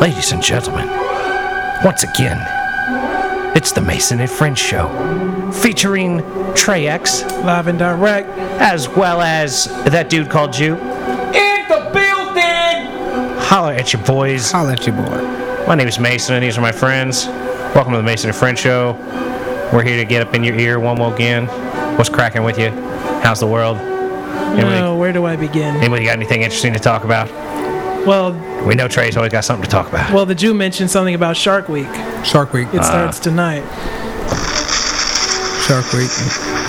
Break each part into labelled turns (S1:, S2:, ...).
S1: Ladies and gentlemen, once again, it's the Mason and Friends Show, featuring Trey X,
S2: Live and direct.
S1: as well as that dude called you.
S3: In the building!
S1: Holler at your boys.
S2: I'll let you boy.
S1: My name is Mason, and these are my friends. Welcome to the Mason and Friend Show. We're here to get up in your ear one more again. What's cracking with you? How's the world? Anybody,
S2: No, Uh, where do I begin?
S1: anybody got anything interesting to talk about?
S2: Well,
S1: We know Trey's always got something to talk about.
S2: well, the Jew mentioned something about Shark Week.
S4: Shark Week.
S1: Uh,
S2: It starts tonight.
S4: Shark Week.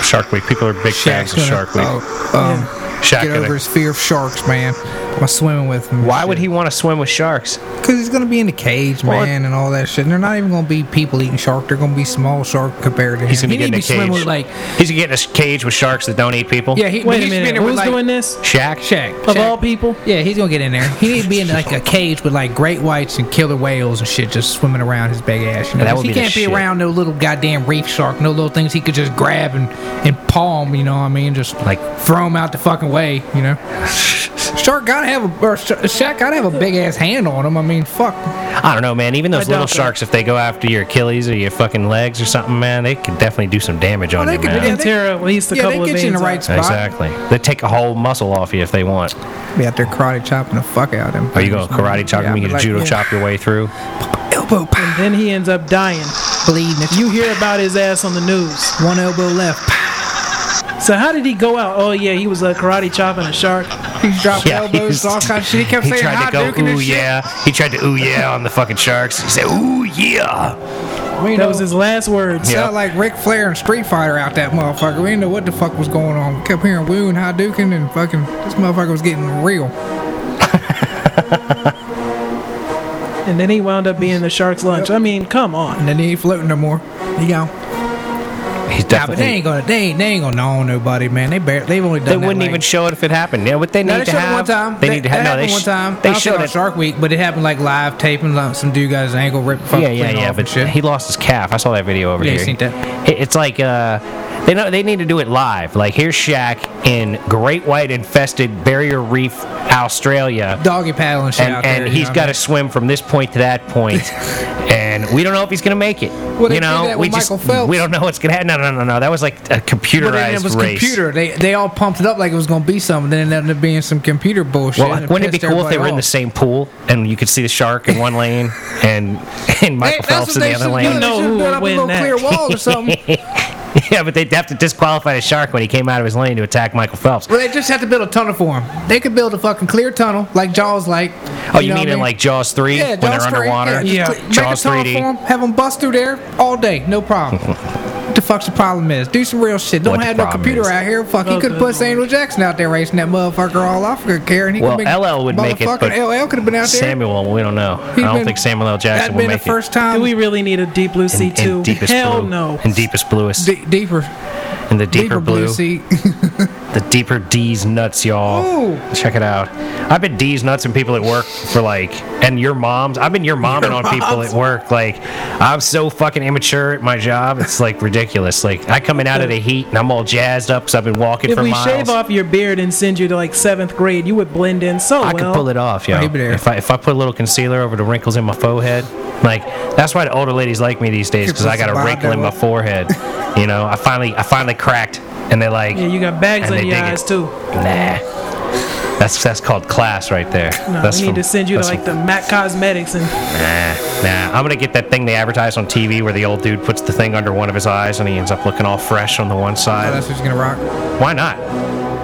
S1: Shark Week. People are big fans
S4: Shaq's
S1: of
S4: gonna-
S1: Shark Week.
S4: Oh, um,
S1: Shaq
S4: get
S1: gonna-
S4: over his fear of sharks, man. While swimming with him.
S1: Why would he want to swim with sharks?
S4: Because he's gonna be in a cage,
S1: Well,
S4: man, and all that shit. And they're not even gonna be people eating shark. They're gonna be small shark compared to
S1: He's
S4: him.
S1: gonna
S4: He
S1: get in
S4: need
S1: a
S4: to be swimming
S1: cage.
S4: with like.
S1: He's gonna get in a cage with sharks that don't eat people.
S4: Yeah, he,
S2: Wait a
S4: he's
S2: minute,
S4: been in with
S2: who's
S4: like,
S2: doing this?
S1: Shaq.
S4: Shaq.
S2: Of
S4: Shaq.
S2: all people?
S4: Yeah, he's gonna get in there. He need to be in like a cage with like great whites and killer whales and shit, just swimming around his big ass. You know,
S1: That
S4: 'cause
S1: would
S4: he
S1: be the
S4: can't be
S1: shit.
S4: around no little goddamn reef shark, no little things he could just grab and and palm. You know what I mean? Just
S1: Like-
S4: throw him out the fucking way. You know, shark gotta have a or Sha- Shaq gotta have a big ass hand on him. I mean, fuck.
S1: I don't know, man. Even those
S2: I
S1: little
S2: doubt that.
S1: sharks, if they go after your Achilles or your fucking legs or something, man, they could definitely do some damage on
S4: they
S1: you,
S4: could-
S1: man.
S4: yeah,
S2: And tear at least a
S4: yeah,
S2: couple
S4: they
S2: of
S4: get you in the
S2: veins
S4: right
S2: out.
S4: spot.
S1: Exactly. They take a whole muscle off you if they want.
S4: Be out there karate chopping the fuck out of him.
S1: Are you going to karate chop
S4: Yeah,
S1: them? You going
S4: but
S1: to
S4: like,
S1: judo
S4: yeah,
S1: chop your way through?
S4: Elbow pop,
S2: Then he ends up dying.
S4: bleeding. It's
S2: You hear about his ass on the news.
S4: one elbow left.
S2: So how did he go out? Oh yeah, he was uh, karate chopping a shark.
S4: He dropped
S1: Yeah,
S4: elbows,
S1: he's-
S4: all kinds of shit. He kept
S1: He
S4: saying,
S1: tried
S4: "Hi,
S1: to go,
S4: Duke," and
S1: ooh,
S4: shit.
S1: yeah. He tried to, ooh, yeah, on the fucking sharks. He said, ooh, yeah.
S4: We
S2: That
S4: know-
S2: was his last words.
S1: Yeah.
S4: Sound like Ric Flair and Street Fighter out that motherfucker. We didn't know what the fuck was going on. Kept hearing woo and Hadouken and fucking this motherfucker was getting real.
S2: And then he wound up being the shark's lunch. I mean, come on.
S4: And then he ain't floating no more. He gone.
S1: He's
S4: Nah, but they
S1: definitely.
S4: ain't gonna they ain't, they ain't gonna know nobody, man. They bar they've only done
S1: They
S4: that,
S1: wouldn't
S4: like-
S1: even show it if it happened. Yeah, what they need
S4: No, they
S1: to
S4: showed it
S1: have.
S4: one time.
S1: They
S4: That-
S1: need to
S4: that
S1: have. No, they
S4: happened one
S1: sh-
S4: time.
S1: They
S4: I was
S1: showed
S4: on
S1: it.
S4: Shark Week, but it happened like live taping. Like some dude got his ankle ripped. fucking
S1: Yeah, yeah,
S4: clean
S1: yeah.
S4: off and
S1: But
S4: shit.
S1: he lost his calf. I saw that video over
S4: Yeah,
S1: here.
S4: you seen that?
S1: It- It's like uh, they know they need to do it live. Like here's Shaq in great white infested barrier reef, Australia,
S4: doggy paddle and shit
S1: and
S4: out
S1: and
S4: there.
S1: he's got to swim from this point to that point, and we don't know if he's gonna make it.
S4: they
S1: you
S4: did
S1: know,
S4: that
S1: we
S4: with
S1: just
S4: Michael Phelps.
S1: we don't know what's gonna happen. No, no, no, no. That was like a computerized
S4: But then it was
S1: race.
S4: computer. They they all pumped it up like it was gonna be something. Then it ended up being some computer bullshit.
S1: Well,
S4: and
S1: wouldn't it be
S4: pissed
S1: cool if they
S4: everybody
S1: were in the
S4: off.
S1: same pool and you could see the shark in one lane and and Michael
S4: Hey,
S1: Phelps in the
S4: they
S1: other
S4: should do.
S1: lane?
S4: They
S2: No,
S4: should
S2: who
S4: build
S2: will
S4: up a
S2: win
S4: little
S2: that?
S4: clear wall or something.
S1: yeah, but they'd have to disqualify the shark when he came out of his lane to attack Michael Phelps.
S4: Well, they just have to build a tunnel for him. They could build a fucking clear tunnel like Jaws, like.
S1: Oh, you,
S4: know what I
S1: mean in like Jaws 3
S4: Yeah,
S1: when
S4: Jaws
S1: they're
S4: 3,
S1: underwater?
S4: Yeah, just
S2: Yeah.
S4: cle-
S1: Jaws
S4: make a tunnel
S1: 3D.
S4: for 'em, have them bust through there all day, no problem. what the fuck's the problem is? Do some real shit. Don't
S1: What the
S4: have no
S1: problem
S4: computer
S1: is.
S4: out here. Fuck,
S2: Oh,
S4: you could
S2: good
S4: have put Samuel
S2: lord.
S4: Jackson out there racing that motherfucker all off. Could care. And he
S1: Well,
S4: could
S1: LL would make it,
S4: motherfucking
S1: but
S4: LL could have been out there.
S1: Samuel, we don't know. I
S4: He'd
S1: don't
S4: been-
S1: think Samuel L. Jackson
S4: That'd
S1: would
S4: been the
S1: make
S4: first
S2: Do
S4: time.
S2: we really need a deep blue sea
S1: it. In, in
S2: too?
S1: deepest
S2: Hell
S1: blue,
S2: no.
S1: In deepest bluest.
S4: D- deeper,
S1: in the deeper,
S4: deeper
S1: blue.
S4: blue sea.
S1: The deeper D's nuts, y'all.
S4: Ooh.
S1: Check it out. I've been D's nuts and people at work for like, and your moms. I've been your momming on people at work. Like, I'm so fucking immature at my job. It's like ridiculous. Like, I coming out of the heat and I'm all jazzed up because I've been walking
S2: If
S1: for
S2: we
S1: miles.
S2: shave off your beard and send you to like seventh grade, you would blend in so
S1: I
S2: well.
S1: could pull it off, yo.
S4: I'll give it air.
S1: If I if I put a little concealer over the wrinkles in my forehead, like that's why the older ladies like me these days
S4: Could
S1: because
S4: put
S1: I got a
S4: some
S1: wrinkle in
S4: Bondo
S1: my
S4: up.
S1: forehead. You know, I finally I finally cracked, and they like,
S2: Yeah, you got bags
S1: And
S2: under
S1: they
S2: your
S1: dig it.
S2: eyes too.
S1: nah. That's that's called class right there.
S2: No,
S1: that's from-
S2: we need
S1: Uh-huh.
S2: to send you to
S1: that's
S2: like the Mac Cosmetics and
S1: Nah, I'm gonna get that thing they advertise on TV where the old dude puts the thing under one of his eyes and he ends up looking all fresh on the one
S4: Oh,
S1: side.
S4: that's what's gonna rock.
S1: Why not?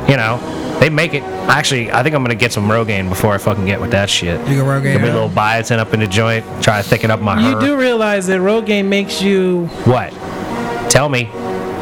S1: You know, they make it. Actually, I think I'm gonna get some Rogaine before I fucking get with that shit.
S4: You can Rogaine
S1: Give me a
S4: it
S1: little biotin up in the joint. Try to thicken up my.
S2: you
S1: herb.
S2: do realize that Rogaine makes you
S1: What? Tell me.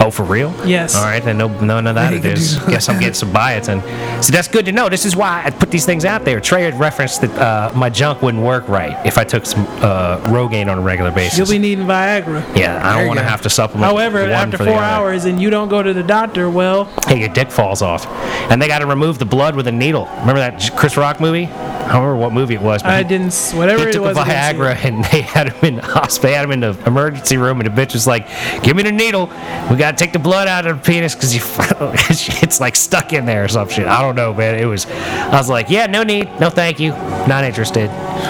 S1: Oh, for real?
S2: Yes.
S1: All right, then no, none of that it is. Guess I'm getting some biotin. So that's good to know. This is why I put these things out there. Trey had referenced that uh, my junk wouldn't work right if I took some uh, Rogaine on a regular basis.
S2: you'll be needing Viagra.
S1: yeah, I
S4: There
S1: don't
S4: you
S1: want to
S4: go.
S1: have to supplement.
S2: However,
S1: one
S2: after
S1: for the
S2: four
S1: other.
S2: hours and you don't go to the doctor, well,
S1: hey, your dick falls off, and they got to remove the blood with a needle. Remember that Chris Rock movie? I don't remember what movie it was. But
S2: I
S1: he-
S2: didn't. s- Whatever
S1: he
S2: it
S1: took
S2: was.
S1: a
S2: I didn't see
S1: Viagra
S2: it.
S1: and they had him in the hospital. They had him in the emergency room, and the bitch was like, "Give me the needle. We gotta take the blood out of the penis because you, it's like stuck in there or some shit. I don't know, man. It was. I was like, yeah, no need, no thank you, not interested.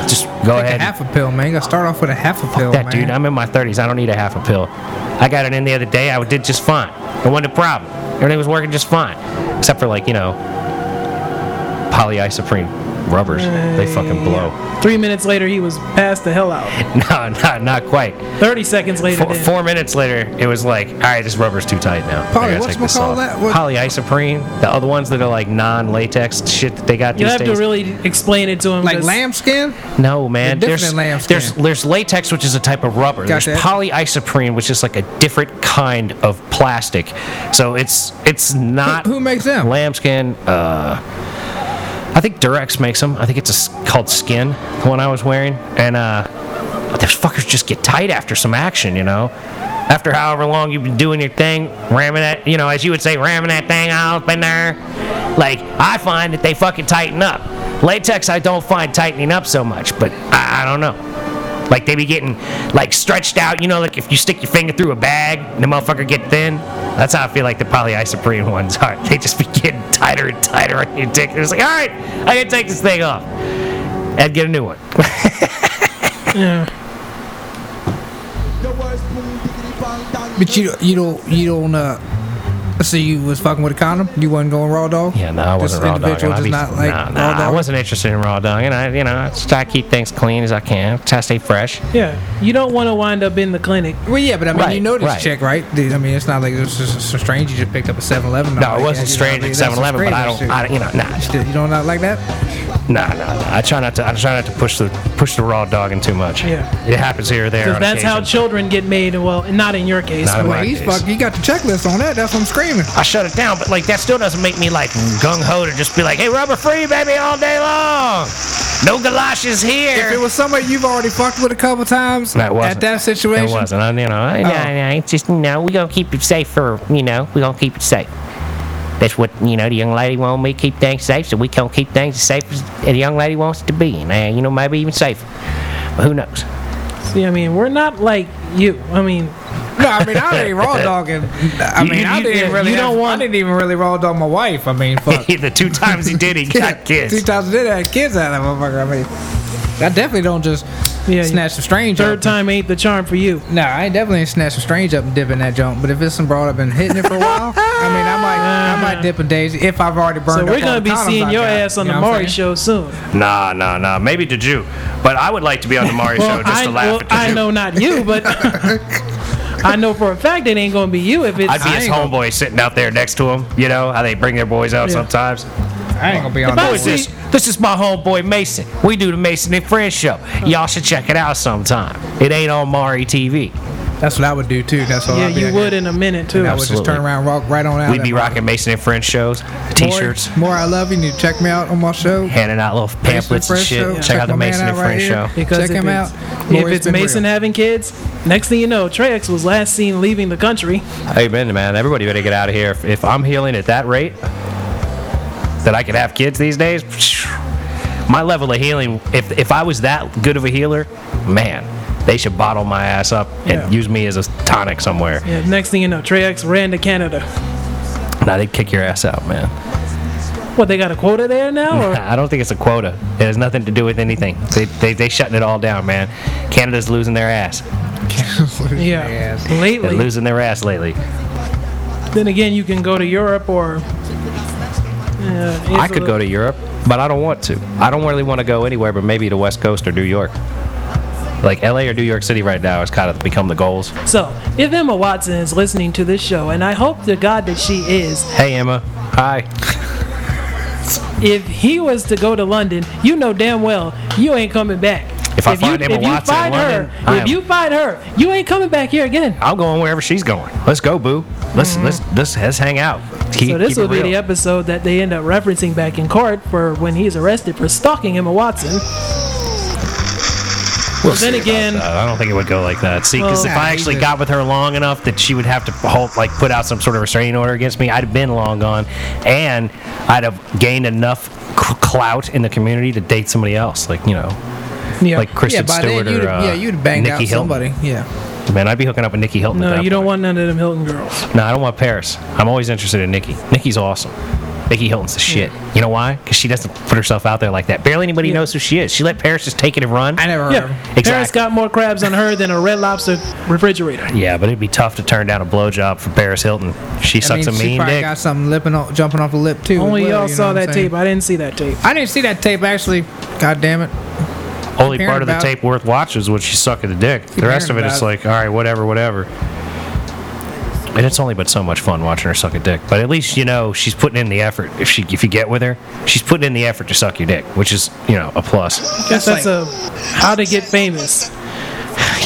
S1: Just go
S4: Take
S1: ahead.
S4: a half a pill, man. You gotta start off with a half a pill,
S1: that
S4: man.
S1: dude. I'm in my 30s. I don't need a half a pill. I got it in the other day. I did just fine. It wasn't a problem. Everything was working just fine, except for like you know, polyisoprene rubbers. They fucking blow.
S2: Three minutes later, he was passed the hell out.
S1: No, not not quite.
S2: Thirty seconds later,
S1: Four,
S2: then.
S1: four minutes later, it was like, all right, this rubber's too tight now. I
S4: Poly-
S1: gotta
S4: what's
S1: take this
S4: McCall
S1: off."
S4: that? What-
S1: Polyisoprene, the other ones that are like non-latex shit that they got
S2: You'll
S1: these
S2: have
S1: days.
S2: to really explain it to him.
S4: Like
S2: 'cause
S4: lambskin?
S1: no, man.
S4: They're
S1: There's,
S4: different than lambskin.
S1: there's there's latex, which is a type of rubber.
S4: Got
S1: there's
S4: that.
S1: polyisoprene, which is like a different kind of plastic. So it's it's not
S4: Who makes them?
S1: lambskin. Uh, I think Durex makes them. I think it's a s called Skin, the one I was wearing. And uh, those fuckers just get tight after some action, you know. After however long you've been doing your thing, ramming that, you know, as you would say, ramming that thing up in there. Like I find that they fucking tighten up. Latex, I don't find tightening up so much, but I, I don't know. Like they be getting like stretched out, you know, like if you stick your finger through a bag, and the motherfucker get thin. That's how I feel like the polyisoprene ones are. They just be getting tighter and tighter on your dick. It's like, all right, I gotta take this thing off and get a new one.
S4: But you you don't you don't uh so you was fucking with a condom? You wasn't going raw dog?
S1: Yeah, no, I wasn't raw
S4: this
S1: dogging.
S4: individual
S1: I,
S4: does
S1: be,
S4: not like
S1: nah,
S4: raw
S1: nah, I
S4: dog.
S1: wasn't interested in raw dogging. I, you know, I just try to keep things clean as I can. Try to stay fresh.
S2: Yeah, you don't want to wind up in the clinic.
S4: Well, yeah, but I mean,
S1: Right,
S4: you know this
S1: right.
S4: chick, right? Dude, I mean, it's not like it was just a strange. You just picked up a 7-Eleven.
S1: No, it wasn't strange at 7-Eleven, but I don't, I, don't- you know, nah,
S4: Shit, you don't not like that?
S1: nah, nah, nah. I try not to, I try not to push the push the raw dogging too much.
S2: Yeah.
S1: it happens here or there.
S2: Because
S1: On
S2: that's how
S1: occasion.
S2: children get made. Well, not in your case.
S1: Not in
S2: but-
S1: my
S4: Well, he's
S1: case.
S4: fuck. You got the checklist on that. That's what I'm screaming.
S1: I shut it down, but like that still doesn't make me like gung ho to just be like, hey, rubber free, baby, all day long. No galoshes here.
S4: If it was somebody you've already fucked with a couple times
S1: That wasn't.
S4: at that situation, Oh.
S1: It wasn't. I, you know, I, I, I, it's just, you know, we going to keep it safe for, you know, we going to keep it safe. That's what, you know, the young lady wanted me to keep things safe, so we going to keep things as safe as the young lady wants it to be. And, uh, you know, maybe even safer. But who knows?
S2: See, I mean, we're not like you. I mean,
S4: no, I mean I ain't raw dogging. I
S1: You-
S4: mean
S1: you-
S4: I
S1: you-
S4: didn't
S1: you
S4: really.
S1: don't
S4: have-
S1: want-
S4: I didn't even really raw dog my wife. I mean, fuck.
S1: the two times he did, he got
S4: Two
S1: kissed.
S4: times I did have kids out of that motherfucker. I mean, I definitely don't just
S2: Yeah,
S4: snatch a stranger.
S2: third time ain't the charm for you.
S4: No, I ain't definitely ain't snatch a strange up and dip in that junk. But if it's some broad up and hitting it for a while, I mean, I might, I might dip a daisy if I've already burned.
S2: So
S4: up
S2: we're
S4: all
S2: gonna
S4: the
S2: be
S4: condoms
S2: seeing
S4: I
S2: your
S4: got,
S2: ass on
S4: you
S2: the
S4: know what I'm
S2: Maury
S4: saying?
S2: show soon.
S1: Nah, nah, nah. Maybe to Jew. But I would like to be on the Mari
S2: Well, I, well, I know not you, but I know for a fact it ain't gonna be you if it's.
S1: I'd be
S4: I
S1: his
S4: ain't
S1: homeboy sitting out there next to him. You know how they bring their boys out
S2: Yeah.
S1: sometimes.
S4: I ain't gonna be on
S2: I
S4: that.
S2: was
S1: Who's
S4: one.
S1: this? This is my homeboy Mason. We do the Mason and Friends show. Y'all should check it out sometime. It ain't on Mari TV.
S4: That's what I would do too. That's what
S2: yeah,
S4: I'd be
S2: you
S4: like.
S2: would in a minute too.
S4: I would just turn
S1: Absolutely.
S4: around, and walk right on out.
S1: We'd
S4: of
S1: be
S4: that
S1: rocking Mason and Friends shows,
S4: motherfucker.
S1: T-shirts,
S4: More, more I love you. and You check me out on my show.
S1: handing out little pamphlets and
S4: Friends
S1: shit.
S4: show.
S1: Check,
S4: Check
S1: out the
S4: my man
S1: Mason and
S4: out right
S1: Friends
S4: here.
S1: show.
S2: Because
S4: Check
S2: if
S4: him
S2: it's-
S4: out.
S2: If
S4: Lori's
S2: it's
S4: been
S2: Mason
S4: real.
S2: having kids, next thing you know, Trex was last seen leaving the country.
S1: Amen, man. Everybody better get out of here. If, if I'm healing at that rate, that I could have kids these days. My level of healing, if if I was that good of a healer, man, they should bottle my ass up and
S2: Yeah.
S1: use me as a tonic somewhere.
S2: Yeah, next thing you know, Trex ran to Canada.
S1: Now they'd kick your ass out, man.
S2: What they got a quota there now? Or?
S1: I don't think it's a quota. It has nothing to do with anything. They they they shutting it all down, man. Canada's losing their ass.
S2: Yeah,
S4: Yes.
S1: They're
S2: lately.
S1: losing their ass lately.
S2: Then again, you can go to Europe or. Uh,
S1: I could go to Europe, but I don't want to. I don't really want to go anywhere but maybe the West Coast or New York. Like LA or New York City right now has kind of become the goals.
S2: So, if Emma Watson is listening to this show, and I hope to God that she is,
S1: Hey Emma. Hi.
S2: if he was to go to London, you know damn well you ain't coming back.
S1: If I find Emma Watson in London,
S2: her,
S1: I
S2: if
S1: am-
S2: you find her, you ain't coming back here again.
S1: I'm going wherever she's going. Let's go, boo. Let's let's let's, let's hang out. Keep,
S2: Mm. So this
S1: keep it
S2: will be
S1: real.
S2: the episode that they end up referencing back in court for when he's arrested for stalking Emma Watson.
S1: We'll
S2: Then
S1: see about
S2: again-
S1: that. Uh, I don't think it would go like that. See, because
S2: Well-
S1: if I actually got with her long enough that she would have to hold, like put out some sort of restraining order against me, I'd have been long gone, and I'd have gained enough cr- cl- clout in the community to date somebody else. Like you know,
S2: Yeah.
S1: like
S4: yeah,
S1: Kristen
S4: by
S1: Stewart
S4: then you'd,
S1: or uh,
S4: yeah, you'd banged
S1: Nikki
S4: out
S1: Hilton.
S4: somebody. Yeah,
S1: Man, I'd be hooking up with Nikki Hilton. at
S2: no,
S1: that
S2: you don't
S1: point.
S2: want none of them Hilton girls.
S1: No, I don't want Paris. I'm always interested in Nikki. Nikki's awesome. Nikki Hilton's the shit. You know why? Because she doesn't put herself out there like that. Barely anybody
S2: Yeah.
S1: knows who she is. She let Paris just take it and run.
S4: I never heard
S2: Yeah,
S4: of her.
S2: Paris
S1: Exactly.
S2: got more crabs on her than a Red Lobster refrigerator.
S1: Yeah, but it'd be tough to turn down a blowjob for Paris Hilton. She
S4: I
S1: sucks
S4: mean,
S1: a
S4: she
S1: mean
S4: probably
S1: dick.
S4: got something lipping off, jumping off the lip too. as
S2: Only
S4: well,
S2: y'all
S4: you know
S2: saw
S4: what I'm
S2: that
S4: saying?
S2: tape. I didn't see that tape.
S4: I didn't see that tape actually. God damn it!
S1: Only part of the
S4: about-
S1: tape worth watching is when she's sucking the dick. The rest of it
S4: hearing
S1: is
S4: about
S1: like, all right, whatever, whatever. And it's only but so much fun watching her suck a dick. But at least you know she's putting in the effort. If she, if you get with her, she's putting in the effort to suck your dick, which is you know a plus.
S2: Guess
S4: That's
S2: that's a how to get famous.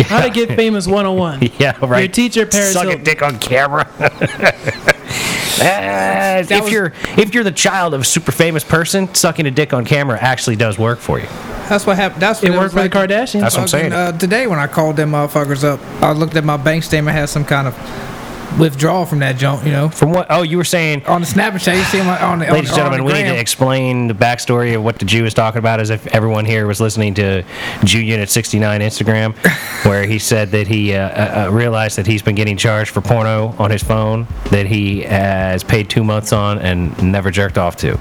S2: How to get famous 101.
S1: Yeah, right.
S2: Your teacher, Paris
S1: Suck a
S2: Hilton.
S1: dick on camera. Ah, if
S4: was-
S1: you're if you're the child of a super famous person, sucking a dick on camera actually does work for you.
S4: That's what happened. That's
S2: It
S4: what
S2: worked
S4: was
S2: for the
S4: like-
S2: Kardashians.
S1: That's what I'm saying.
S4: Uh, today when I called them motherfuckers up, I looked at my bank statement. Had some kind of withdrawal from that junk, you know.
S1: From what? Oh, you were saying
S4: On the Snapchat, you see them on
S1: Ladies and
S4: the on, on the
S1: gentlemen, we need
S4: gram.
S1: to explain the backstory of what the Jew was talking about as if everyone here was listening to Jew Unit 69 Instagram, where he said that he uh, uh, uh, realized that he's been getting charged for porno on his phone that he has paid two months on and never jerked off to.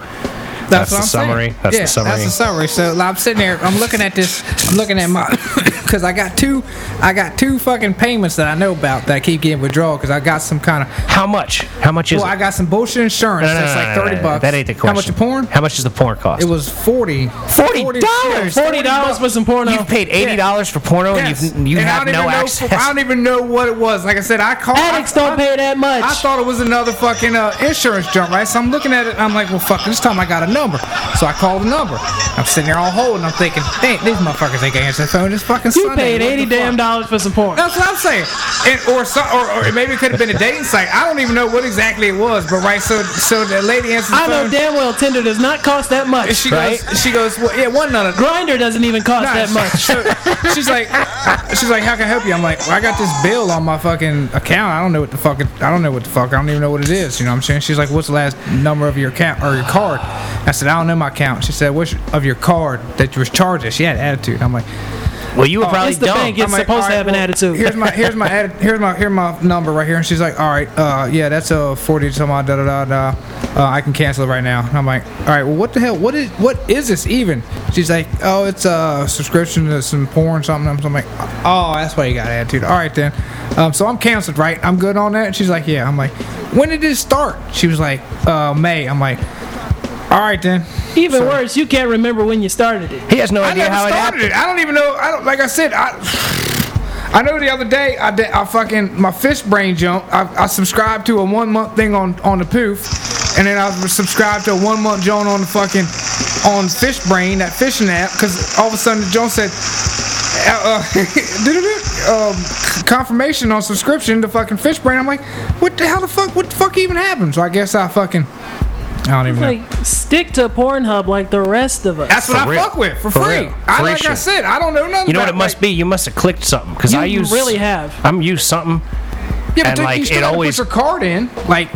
S1: That's, the
S4: what I'm saying.
S1: summary. That's
S4: Yeah,
S1: the summary.
S4: That's the summary. So like, I'm sitting there. I'm looking at this. I'm looking at my because I got two. I got two fucking payments that I know about that I keep getting withdrawal because I got some kind of.
S1: How much? How much is
S4: Well, I
S1: it?
S4: got some bullshit insurance
S1: No, no,
S4: that's
S1: no,
S4: like
S1: no, no,
S4: thirty
S1: no,
S4: bucks.
S1: That ain't the question.
S4: How much the porn?
S1: How much does the porn cost?
S4: It was forty.
S1: $40?
S4: dollars.
S2: Forty dollars for some porno.
S1: You've paid $80 for porno and Oh, you've, you
S4: and I
S1: have
S4: don't even
S1: no
S4: know-
S1: access.
S4: I don't even know what it was. Like I said, I called.
S2: Addicts
S4: I-
S2: don't
S4: I-
S2: pay that much.
S4: I thought it was another fucking uh, insurance jump, right? So I'm looking at it, and I'm like, well, fuck, this time I got a number. So I called the number. I'm sitting there on hold, and I'm thinking, dang, these motherfuckers ain't gonna answer the phone. It's fucking
S2: you
S4: Sunday.
S2: paid
S4: What the
S2: eighty damn
S4: fuck?
S2: dollars for some porn.
S4: That's what I'm saying. And, or, so, or or maybe it could have been a dating site. I don't even know what exactly it was, but right, so so the lady answers the
S2: I know
S4: phone.
S2: damn well Tinder does not cost that
S4: and
S2: much.
S4: she
S1: right?
S4: goes, she goes, well, yeah, one none of
S2: Grinder doesn't even cost
S4: Nah,
S2: that much.
S4: so- she's like, she's like, how can I help you? I'm like, well, I got this bill on my fucking account. I don't know what the fuck. It, I don't know what the fuck. I don't even know what it is. You know what I'm saying? She's like, what's the last number of your account or your card? I said, I don't know my account. She said, what's of your card that you was charging? She had attitude. I'm like,
S1: well,
S4: Oh,
S1: you were probably
S2: It's the
S1: dumb.
S2: bank. It's
S4: I'm like,
S2: supposed to
S4: all right,
S2: have an
S4: well,
S2: attitude.
S4: Here's my here's my atti- here's my here's my number right here. And she's like, all right, uh, yeah, that's a forty some odd da da da da. Uh, I can cancel it right now. And I'm like, all right, well, what the hell? What is what is this even? She's like, oh, it's a subscription to some porn something. I'm, so I'm like, oh, that's why you got attitude. All right then. Um, so I'm canceled, right? I'm good on that. And she's like, yeah. I'm like, when did this start? She was like, uh, May. I'm like, all right then.
S2: even worse, you can't remember when you started it.
S1: He has no
S4: I
S1: idea
S4: never
S1: how it
S4: started
S1: happened.
S4: it, I don't even know. I don't like I said. I I know the other day I did, I fucking my fish brain jumped. I, I subscribed to a one month thing on on the poof, and then I subscribed to a one month Joan on the fucking on fish brain that fishing app because all of a sudden Joan said. Uh, uh, um, confirmation on subscription to fucking fish brain. I'm like, what the hell the fuck? What the fuck even happened? So I guess I fucking, I don't even know.
S2: Like, stick to Pornhub like the rest of us.
S4: That's what
S1: For
S4: I
S1: real.
S4: fuck with for,
S1: For
S4: free.
S1: real.
S4: I
S1: For
S4: like I
S1: real.
S4: said, I don't know nothing.
S1: You know what it
S4: about,
S1: must
S4: like-
S1: be? You must have clicked something because
S2: You
S1: I use
S2: really have.
S1: I'm used something.
S4: Yeah,
S1: and, like,
S4: but like, you still
S1: it
S4: gotta
S1: always- uh,
S4: put your card in. Like,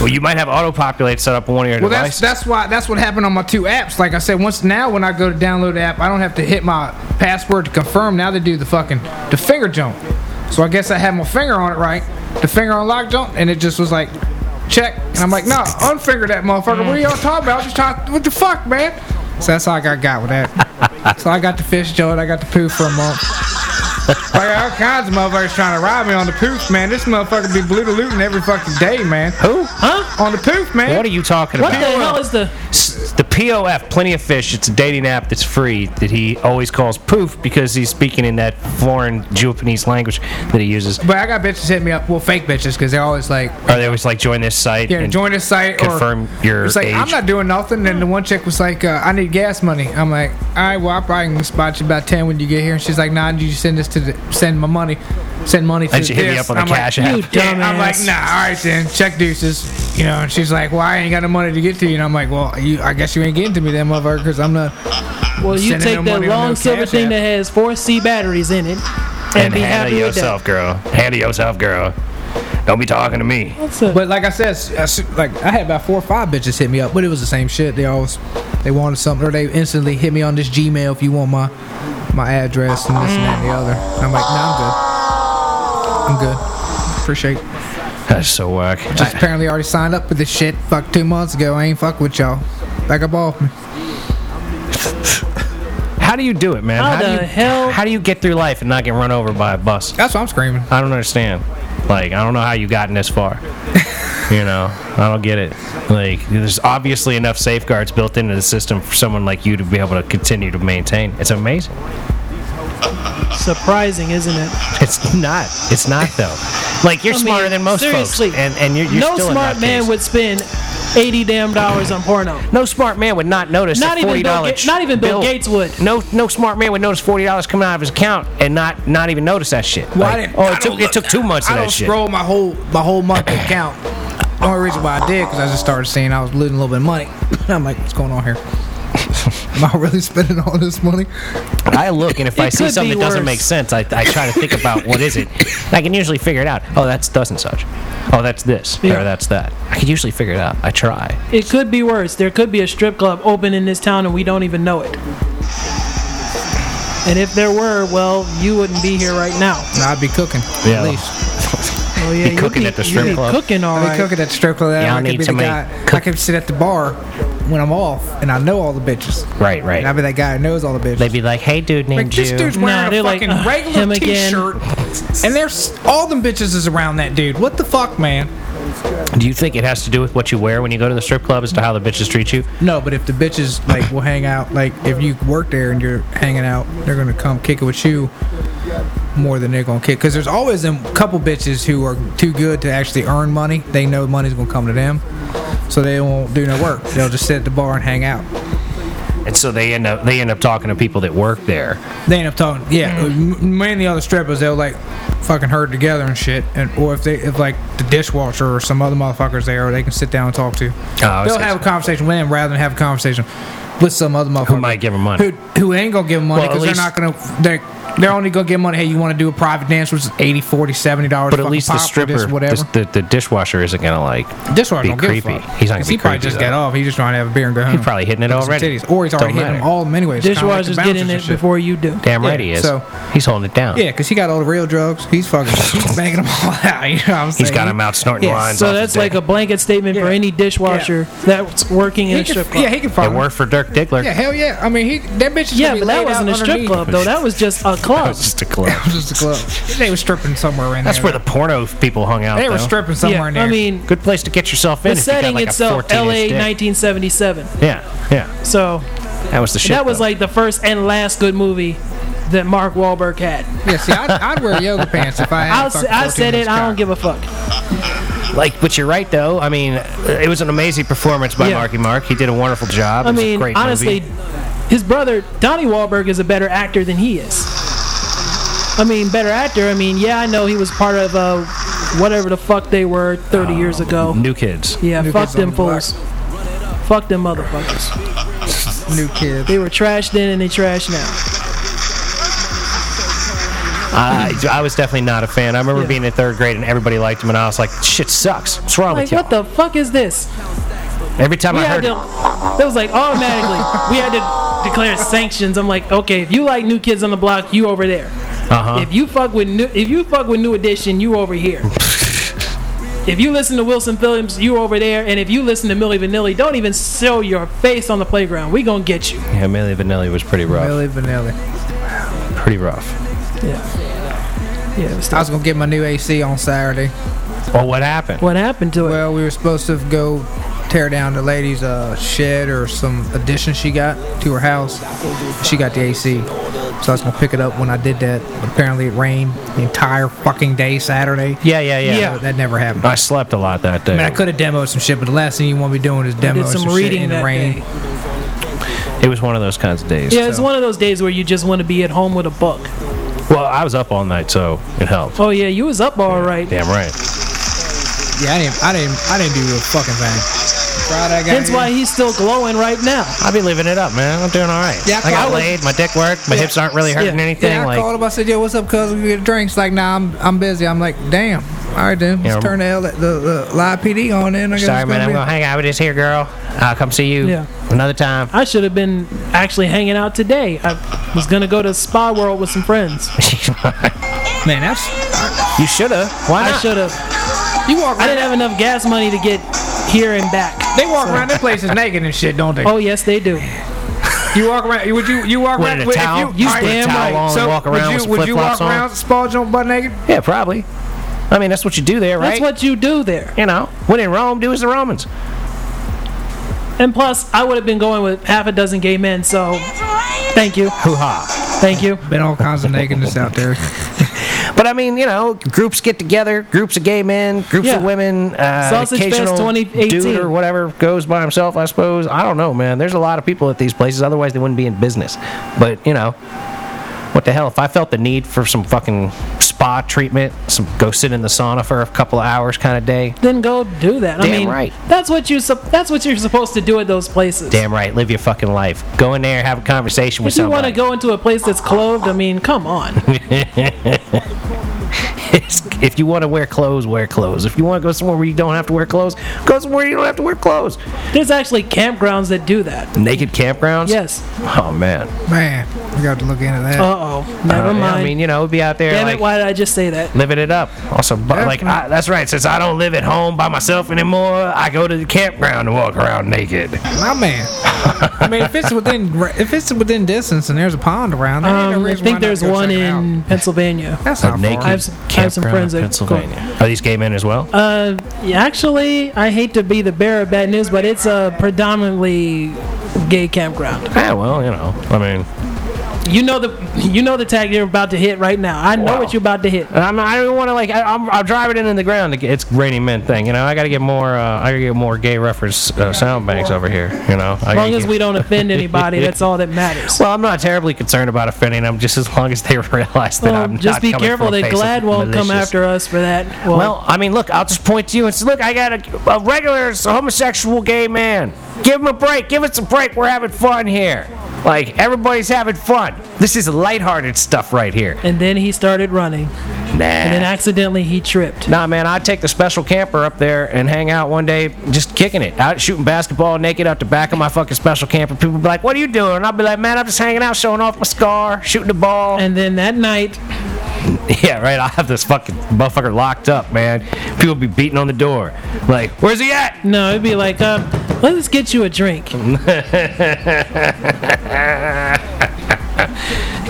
S1: Well, you might have auto populate set up on one of your
S4: well, that's
S1: devices.
S4: that's why that's what happened on my two apps. Like I said, once now when I go to download the app, I don't have to hit my password to confirm. Now they do the fucking the finger jump. So I guess I had my finger on it right, the finger on lock jump, and it just was like check. And I'm like, no, unfinger that motherfucker. What are y'all talking about? Just talk. What the fuck, man? So that's how I got got with that. so I got the fish joint. I got the poo for a month. Like all kinds of motherfuckers trying to rob me on the poof, man. This motherfucker be blue to looting every fucking day, man.
S1: Who?
S2: huh?
S4: On the poof, man.
S1: What are you talking
S2: What the
S1: about?
S2: hell is the?
S1: S- The POF, Plenty of Fish. It's a dating app that's free that he always calls Poof because he's speaking in that foreign Japanese language that he uses.
S4: But I got bitches hit me up. Well, fake bitches, because they're always like,
S1: Or they always like join this site.
S4: "Yeah,
S1: and-
S4: join this site or
S1: confirm your
S4: It's like I'm
S1: age.
S4: not doing nothing. And the one chick was like, uh, "I need gas money." I'm like, "All right, well, I probably can spot you about ten when you get here." And she's like, "Nah, I need you to send this to the send my money, send money to
S1: And she hit me
S4: this."
S1: up on the
S4: I'm like,
S1: Cash
S2: You
S1: App.
S2: dumbass.
S4: Yeah, I'm like, nah, all right then, check deuces. You know, and she's like, well, I ain't got no money to get to you. And I'm like, well, you, I guess you ain't getting to me then, motherfucker, because I'm not.
S2: Well, you
S4: Sending
S2: take
S4: them
S2: that
S4: money on
S2: long
S4: no
S2: silver
S4: Cash
S2: thing
S4: App.
S2: that has four C batteries in it, and,
S1: And
S2: be
S1: handle
S2: happy with
S1: yourself, girl. Handle yourself, girl. Don't be talking to me.
S2: What's up?
S4: But like I said, s- I s- like I had about four or five bitches hit me up, but it was the same shit. They always they wanted something, or they instantly hit me on this Gmail if you want my my address and this and that and the other. And I'm like, nah, I'm good. I'm good. Appreciate. It.
S1: That's so whack.
S4: Just apparently already signed up for this shit. Fuck two months ago. I ain't fuck with y'all. Back up off me.
S1: How do you do it, man?
S2: How
S1: do
S2: the
S1: you,
S2: hell-
S1: How do you get through life and not get run over by a bus?
S4: That's what I'm screaming.
S1: I don't understand. Like, I don't know how you gotten this far. you know, I don't get it. Like, there's obviously enough safeguards built into the system for someone like you to be able to continue to maintain. It's amazing.
S2: Surprising, isn't it?
S1: It's not. It's not though. Like you're
S2: I mean,
S1: smarter than most
S2: seriously,
S1: folks, and and you're, you're
S2: no
S1: still in
S2: smart
S1: that
S2: man
S1: case.
S2: would spend eighty damn dollars on porno.
S1: No smart man would not notice
S2: Not
S1: a
S2: even
S1: forty
S2: Bill
S1: dollars.
S2: Ga- not even Bill Gates would.
S1: No, no smart man would notice forty dollars coming out of his account and not not even notice that shit.
S4: Why
S1: Like,
S4: didn't-
S1: oh,
S4: I
S1: it took
S4: don't
S1: it took two months
S4: I
S1: of
S4: don't
S1: that shit.
S4: scroll my whole my whole month account. The only reason why I did because I just started seeing I was losing a little bit of money. I'm like, what's going on here? Am I really spending all this money?
S1: I look, and if I
S2: It
S1: see
S2: could
S1: something that
S2: be
S1: doesn't
S2: worse.
S1: make sense, I, I try to think about what is it. I can usually figure it out. Oh, that's thus and such. Oh, that's this.
S2: Yeah.
S1: Or that's that. I can usually figure it out. I try.
S2: It could be worse. There could be a strip club open in this town and we don't even know it. And if there were, well, you wouldn't be here right now.
S4: No, I'd be cooking.
S1: Yeah.
S4: At least.
S2: Oh yeah,
S1: Be cooking at the strip
S2: you be
S1: club.
S2: Cooking all
S4: I'd be
S2: right.
S4: cooking at the strip club.
S1: Y'all
S4: I
S1: need
S4: could be the
S1: somebody
S4: guy.
S1: cook-
S4: I could sit at the bar when I'm off and I know all the bitches.
S1: Right,
S4: And I'd
S1: right.
S4: be that guy who knows all the bitches.
S1: They'd be like, "Hey, dude
S4: Like,
S1: named
S4: this
S1: you."
S4: dude's
S2: Nah,
S4: wearing
S2: they're
S4: a
S2: like,
S4: fucking
S1: uh,
S2: "Ugh, him
S4: regular
S2: again."
S4: t-shirt, and there's all them bitches is around that dude. What the fuck, man?
S1: Do you think it has to do with what you wear when you go to the strip club as to how the bitches treat you?
S4: No, but if the bitches like will hang out, like if you work there and you're hanging out, they're gonna come kick it with you more than they're gonna kick. Cause there's always a couple bitches who are too good to actually earn money. They know money's gonna come to them, so they won't do no work. They'll just sit at the bar and hang out.
S1: And so they end up they end up talking to people that work there.
S4: They end up talking. Yeah,
S1: Mm.
S4: m- mainly other strippers. They'll like fucking herd together and shit. And or if they if like the dishwasher or some other motherfuckers there, they can sit down and talk to.
S1: I
S4: they'll
S1: see.
S4: have a conversation with them rather than have a conversation with some other motherfucker
S1: Who might give 'em money.
S4: Who who ain't gonna give them money
S1: Well, at
S4: because they're
S1: least-
S4: not gonna they're. They're only gonna give money. Hey, you want to do a private dance, which is 80 40 70 dollars.
S1: But at least the stripper,
S4: whatever.
S1: the, the, the dishwasher isn't gonna like.
S4: This one
S1: be
S4: don't
S1: creepy.
S4: give a fuck.
S1: He's not gonna
S4: 'Cause
S1: be
S4: He probably
S1: creepy,
S4: just
S1: though.
S4: got off. He's just trying to have a beer and go home.
S1: probably hitting it
S4: Look at some
S1: already.
S4: titties. Or he's
S1: Don't
S4: already hitting them
S1: matter.
S4: all anyways. Kinda like the
S2: Dishwasher's getting
S4: bouncers and
S2: it
S4: shit.
S2: before you do.
S1: Damn
S4: Yeah,
S1: right he is.
S4: so-
S1: he's holding it down.
S4: Yeah, because he got all the real drugs. He's fucking banging them all out. You know what I'm saying?
S1: He's got him out snorting
S4: Yeah,
S1: lines.
S2: So
S1: off
S2: that's
S1: his
S2: like
S1: dick.
S2: a blanket statement for
S4: Yeah.
S2: any dishwasher that's working in
S4: He
S2: a strip
S4: can,
S2: club.
S4: yeah, he can
S1: It
S4: fuck.
S1: worked for Dirk Diggler.
S4: Yeah, hell yeah. I mean, he that bitch is
S2: Yeah,
S4: gonna be
S2: but that
S4: laid
S2: wasn't a
S4: out
S2: strip
S4: underneath.
S2: club though. That was just a club.
S1: That's just a club.
S4: It was just a club. They were stripping somewhere in
S1: That's
S4: there.
S1: where the porno people hung out.
S4: they were
S1: though.
S4: stripping somewhere
S2: Yeah,
S4: in there.
S2: I mean,
S1: Good place to get yourself in.
S2: the
S1: if you got,
S2: setting
S1: like, a
S2: itself,
S1: 14 -inch
S2: L.A.
S1: dick.
S2: 1977.
S1: Yeah, yeah.
S2: So
S1: That was the shit.
S2: that was
S1: though.
S2: like the first and last good movie that Mark Wahlberg had.
S4: yeah, see, I'd, I'd wear yoga pants if I had.
S2: I'll, s- I said it. I don't give a fuck.
S1: Like, but you're right though. I mean, it was an amazing performance by
S2: Yeah.
S1: Marky Mark. He did a wonderful job.
S2: I
S1: It was a
S2: mean,
S1: great
S2: honestly,
S1: movie.
S2: his brother Donnie Wahlberg is a better actor than he is. I mean, better actor. I mean, yeah, I know he was part of uh, whatever the fuck they were 30 years ago.
S1: New Kids.
S2: Yeah,
S4: New
S2: fuck
S4: Kids
S2: them
S4: on the Block.
S2: fools. Fuck them motherfuckers.
S4: a new kid.
S2: They were trash then and they trash now.
S1: I, I was definitely not a fan. I remember
S2: Yeah.
S1: being in third grade and everybody liked him, and I was like, "Shit sucks. What's wrong
S2: Like,
S1: with you?"
S2: what the fuck is this?
S1: Every time
S2: We
S1: I
S2: had
S1: heard
S2: to.
S1: it,
S2: It was like automatically. We had to declare sanctions. I'm like, okay, if you like New Kids on the Block, you over there.
S1: uh huh.
S2: If you fuck with new, if you fuck with New Edition, you over here. if you listen to Wilson Phillips, you over there. And if you listen to Millie Vanilli, don't even show your face on the playground. We gonna get you.
S1: Yeah, Millie Vanilli was pretty rough.
S4: Milli Vanilli.
S1: Pretty rough.
S2: Yeah. Yeah. It's
S4: I
S2: tough.
S4: was gonna get my new AC on Saturday.
S1: Well, what happened?
S2: What happened to it?
S4: Well, we were supposed to go tear down the lady's uh, shed or some addition she got to her house. She got the AC. So I was gonna pick it up when I did that. But apparently it rained the entire fucking day Saturday.
S1: Yeah, yeah, yeah.
S4: So that never happened.
S1: I slept a lot that day.
S4: I mean, I could have demoed some shit, but the last thing you want to be doing is demoing
S2: Did
S4: some,
S2: some
S4: shit
S2: reading
S4: in the
S2: that
S4: rain.
S2: day.
S1: it was one of those kinds of days.
S2: Yeah, it's one of those days where you just want to be at home with a book.
S1: Well, I was up all night, so it helped.
S2: Oh yeah, you was up all right.
S1: Damn right.
S4: Yeah, I didn't, I didn't, I didn't do a fucking thing. Friday, I got
S2: Hence why
S4: in.
S2: he's still glowing right now.
S1: I be living it up, man. I'm doing all right.
S4: Yeah, I
S1: I, got
S4: called-
S1: laid. My dick worked. My hips aren't really hurting
S2: Yeah.
S1: anything.
S4: Yeah, I
S1: like,
S4: called him. I said, "Yo, what's up, cuz? We get drinks." Like, nah, I'm I'm busy. I'm like, damn. All right, then. Let's
S1: Yeah.
S4: turn the, L- the, the live PD on in. I guess
S1: sorry,
S4: it's
S1: man. I'm
S4: be-
S1: gonna hang out with this here girl. I'll come see you
S2: Yeah.
S1: another time.
S2: I should have been actually hanging out today. I was gonna go to Spa World with some friends.
S4: Man, that's
S1: You shoulda. Why
S2: I
S4: Ah.
S1: not?
S2: should have.
S4: you walk.
S2: I
S4: Around,
S2: didn't have enough gas money to get here and back.
S4: they walk around their places naked and shit, don't they?
S2: Oh yes, they do.
S4: You walk around. Would you? You walk
S1: What,
S4: around
S1: in a
S4: with- if
S1: towel?
S4: You,
S1: You
S4: all right,
S1: put a
S4: damn
S1: towel
S4: right.
S1: on and
S4: so
S1: walk around
S4: would
S1: with
S4: you,
S1: some
S4: would you walk
S1: flip-flops on?
S4: around spall jump butt naked?
S1: Yeah, probably. I mean, that's what you do there, right?
S2: That's what you do there.
S1: you know, when in Rome, do as the Romans.
S2: And plus, I would have been going with half a dozen gay men. So, thank you,
S1: Hoo ha.
S2: thank you.
S4: Been all kinds of nakedness out there.
S1: But I mean, you know, groups get together, groups of gay men, groups
S2: Yeah.
S1: of women, uh,
S2: Sausage Fest
S1: occasional
S2: 2018.
S1: dude or whatever goes by himself, I suppose. I don't know, man. There's a lot of people at these places, otherwise they wouldn't be in business. But you know, what the hell? If I felt the need for some fucking spa treatment, some go sit in the sauna for a couple of hours kind of day,
S2: Then go do that. I
S1: Damn
S2: mean,
S1: right.
S2: that's what you sup- that's what you're supposed to do at those places.
S1: damn right, live your fucking life. Go in there, have a conversation with
S2: If you want
S1: somebody.
S2: to go into a place that's clothed, I mean, come on.
S1: if you want to wear clothes, wear clothes. If you want to go somewhere where you don't have to wear clothes, go somewhere you don't have to wear clothes.
S2: There's actually campgrounds that do that.
S1: Naked campgrounds?
S2: Yes.
S1: Oh man.
S4: Man, we got to look into that.
S2: Uh oh. Never
S1: Uh, yeah,
S2: mind.
S1: I mean, you know, be out there
S2: Damn
S1: like
S2: it! Why did I just say that?
S1: living it up. Also, but like
S4: Definitely.
S1: I, that's right. Since I don't live at home by myself anymore, I go to the campground to walk around naked.
S4: My man. I mean, if it's within if it's within distance and there's a pond around, there ain't no
S2: Um, I
S4: reason why
S2: think
S4: not
S2: there's
S4: to go
S2: one
S4: check it
S2: in
S4: out.
S2: Pennsylvania.
S4: That's
S1: A
S4: not
S1: naked
S4: naked.
S2: I have some- I have some
S1: campground
S2: friends
S1: in
S2: that-
S1: Pennsylvania. Are these gay men as well?
S2: Uh, yeah, actually, I hate to be the bearer of bad news, but it's a predominantly gay campground.
S1: ah, well, you know, I mean,
S2: You know the you know the tag you're about to hit right now. I know
S1: Wow.
S2: what you're about to hit.
S1: I'm, I don't want to like. I, I'm, I'm driving it in the ground. It's raining men thing. You know, I got to get more. Uh, I got to get more gay reference uh, sound banks over here. You know, I
S2: As long
S1: gotta
S2: as
S1: get-
S2: we don't offend anybody, that's all that matters.
S1: Well, I'm not terribly concerned about offending them, just as long as they realize that
S2: Um,
S1: I'm
S2: just
S1: not
S2: be
S1: coming
S2: careful
S1: from a
S2: that
S1: place of
S2: Glad won't come
S1: malicious-
S2: after us for that. Well,
S1: Well, I mean, look, I'll just point to you and say, look, I got a, a regular s- homosexual gay man. Give him a break. Give us a break. We're having fun here. Like, everybody's having fun. This is lighthearted stuff right here.
S2: and then he started running, and then
S1: Nah.
S2: accidentally he tripped.
S1: Nah, man, I'd take the special camper up there and hang out one day just kicking it. Out shooting basketball naked out the back of my fucking special camper. People be like, what are you doing? And I'll be like, man, I'm just hanging out, showing off my scar, shooting the ball.
S2: And then that night,
S1: Yeah, right. I have this fucking motherfucker locked up, man. People be beating on the door. Like, where's he at?
S2: no, it'd be like, um, let's get you a drink.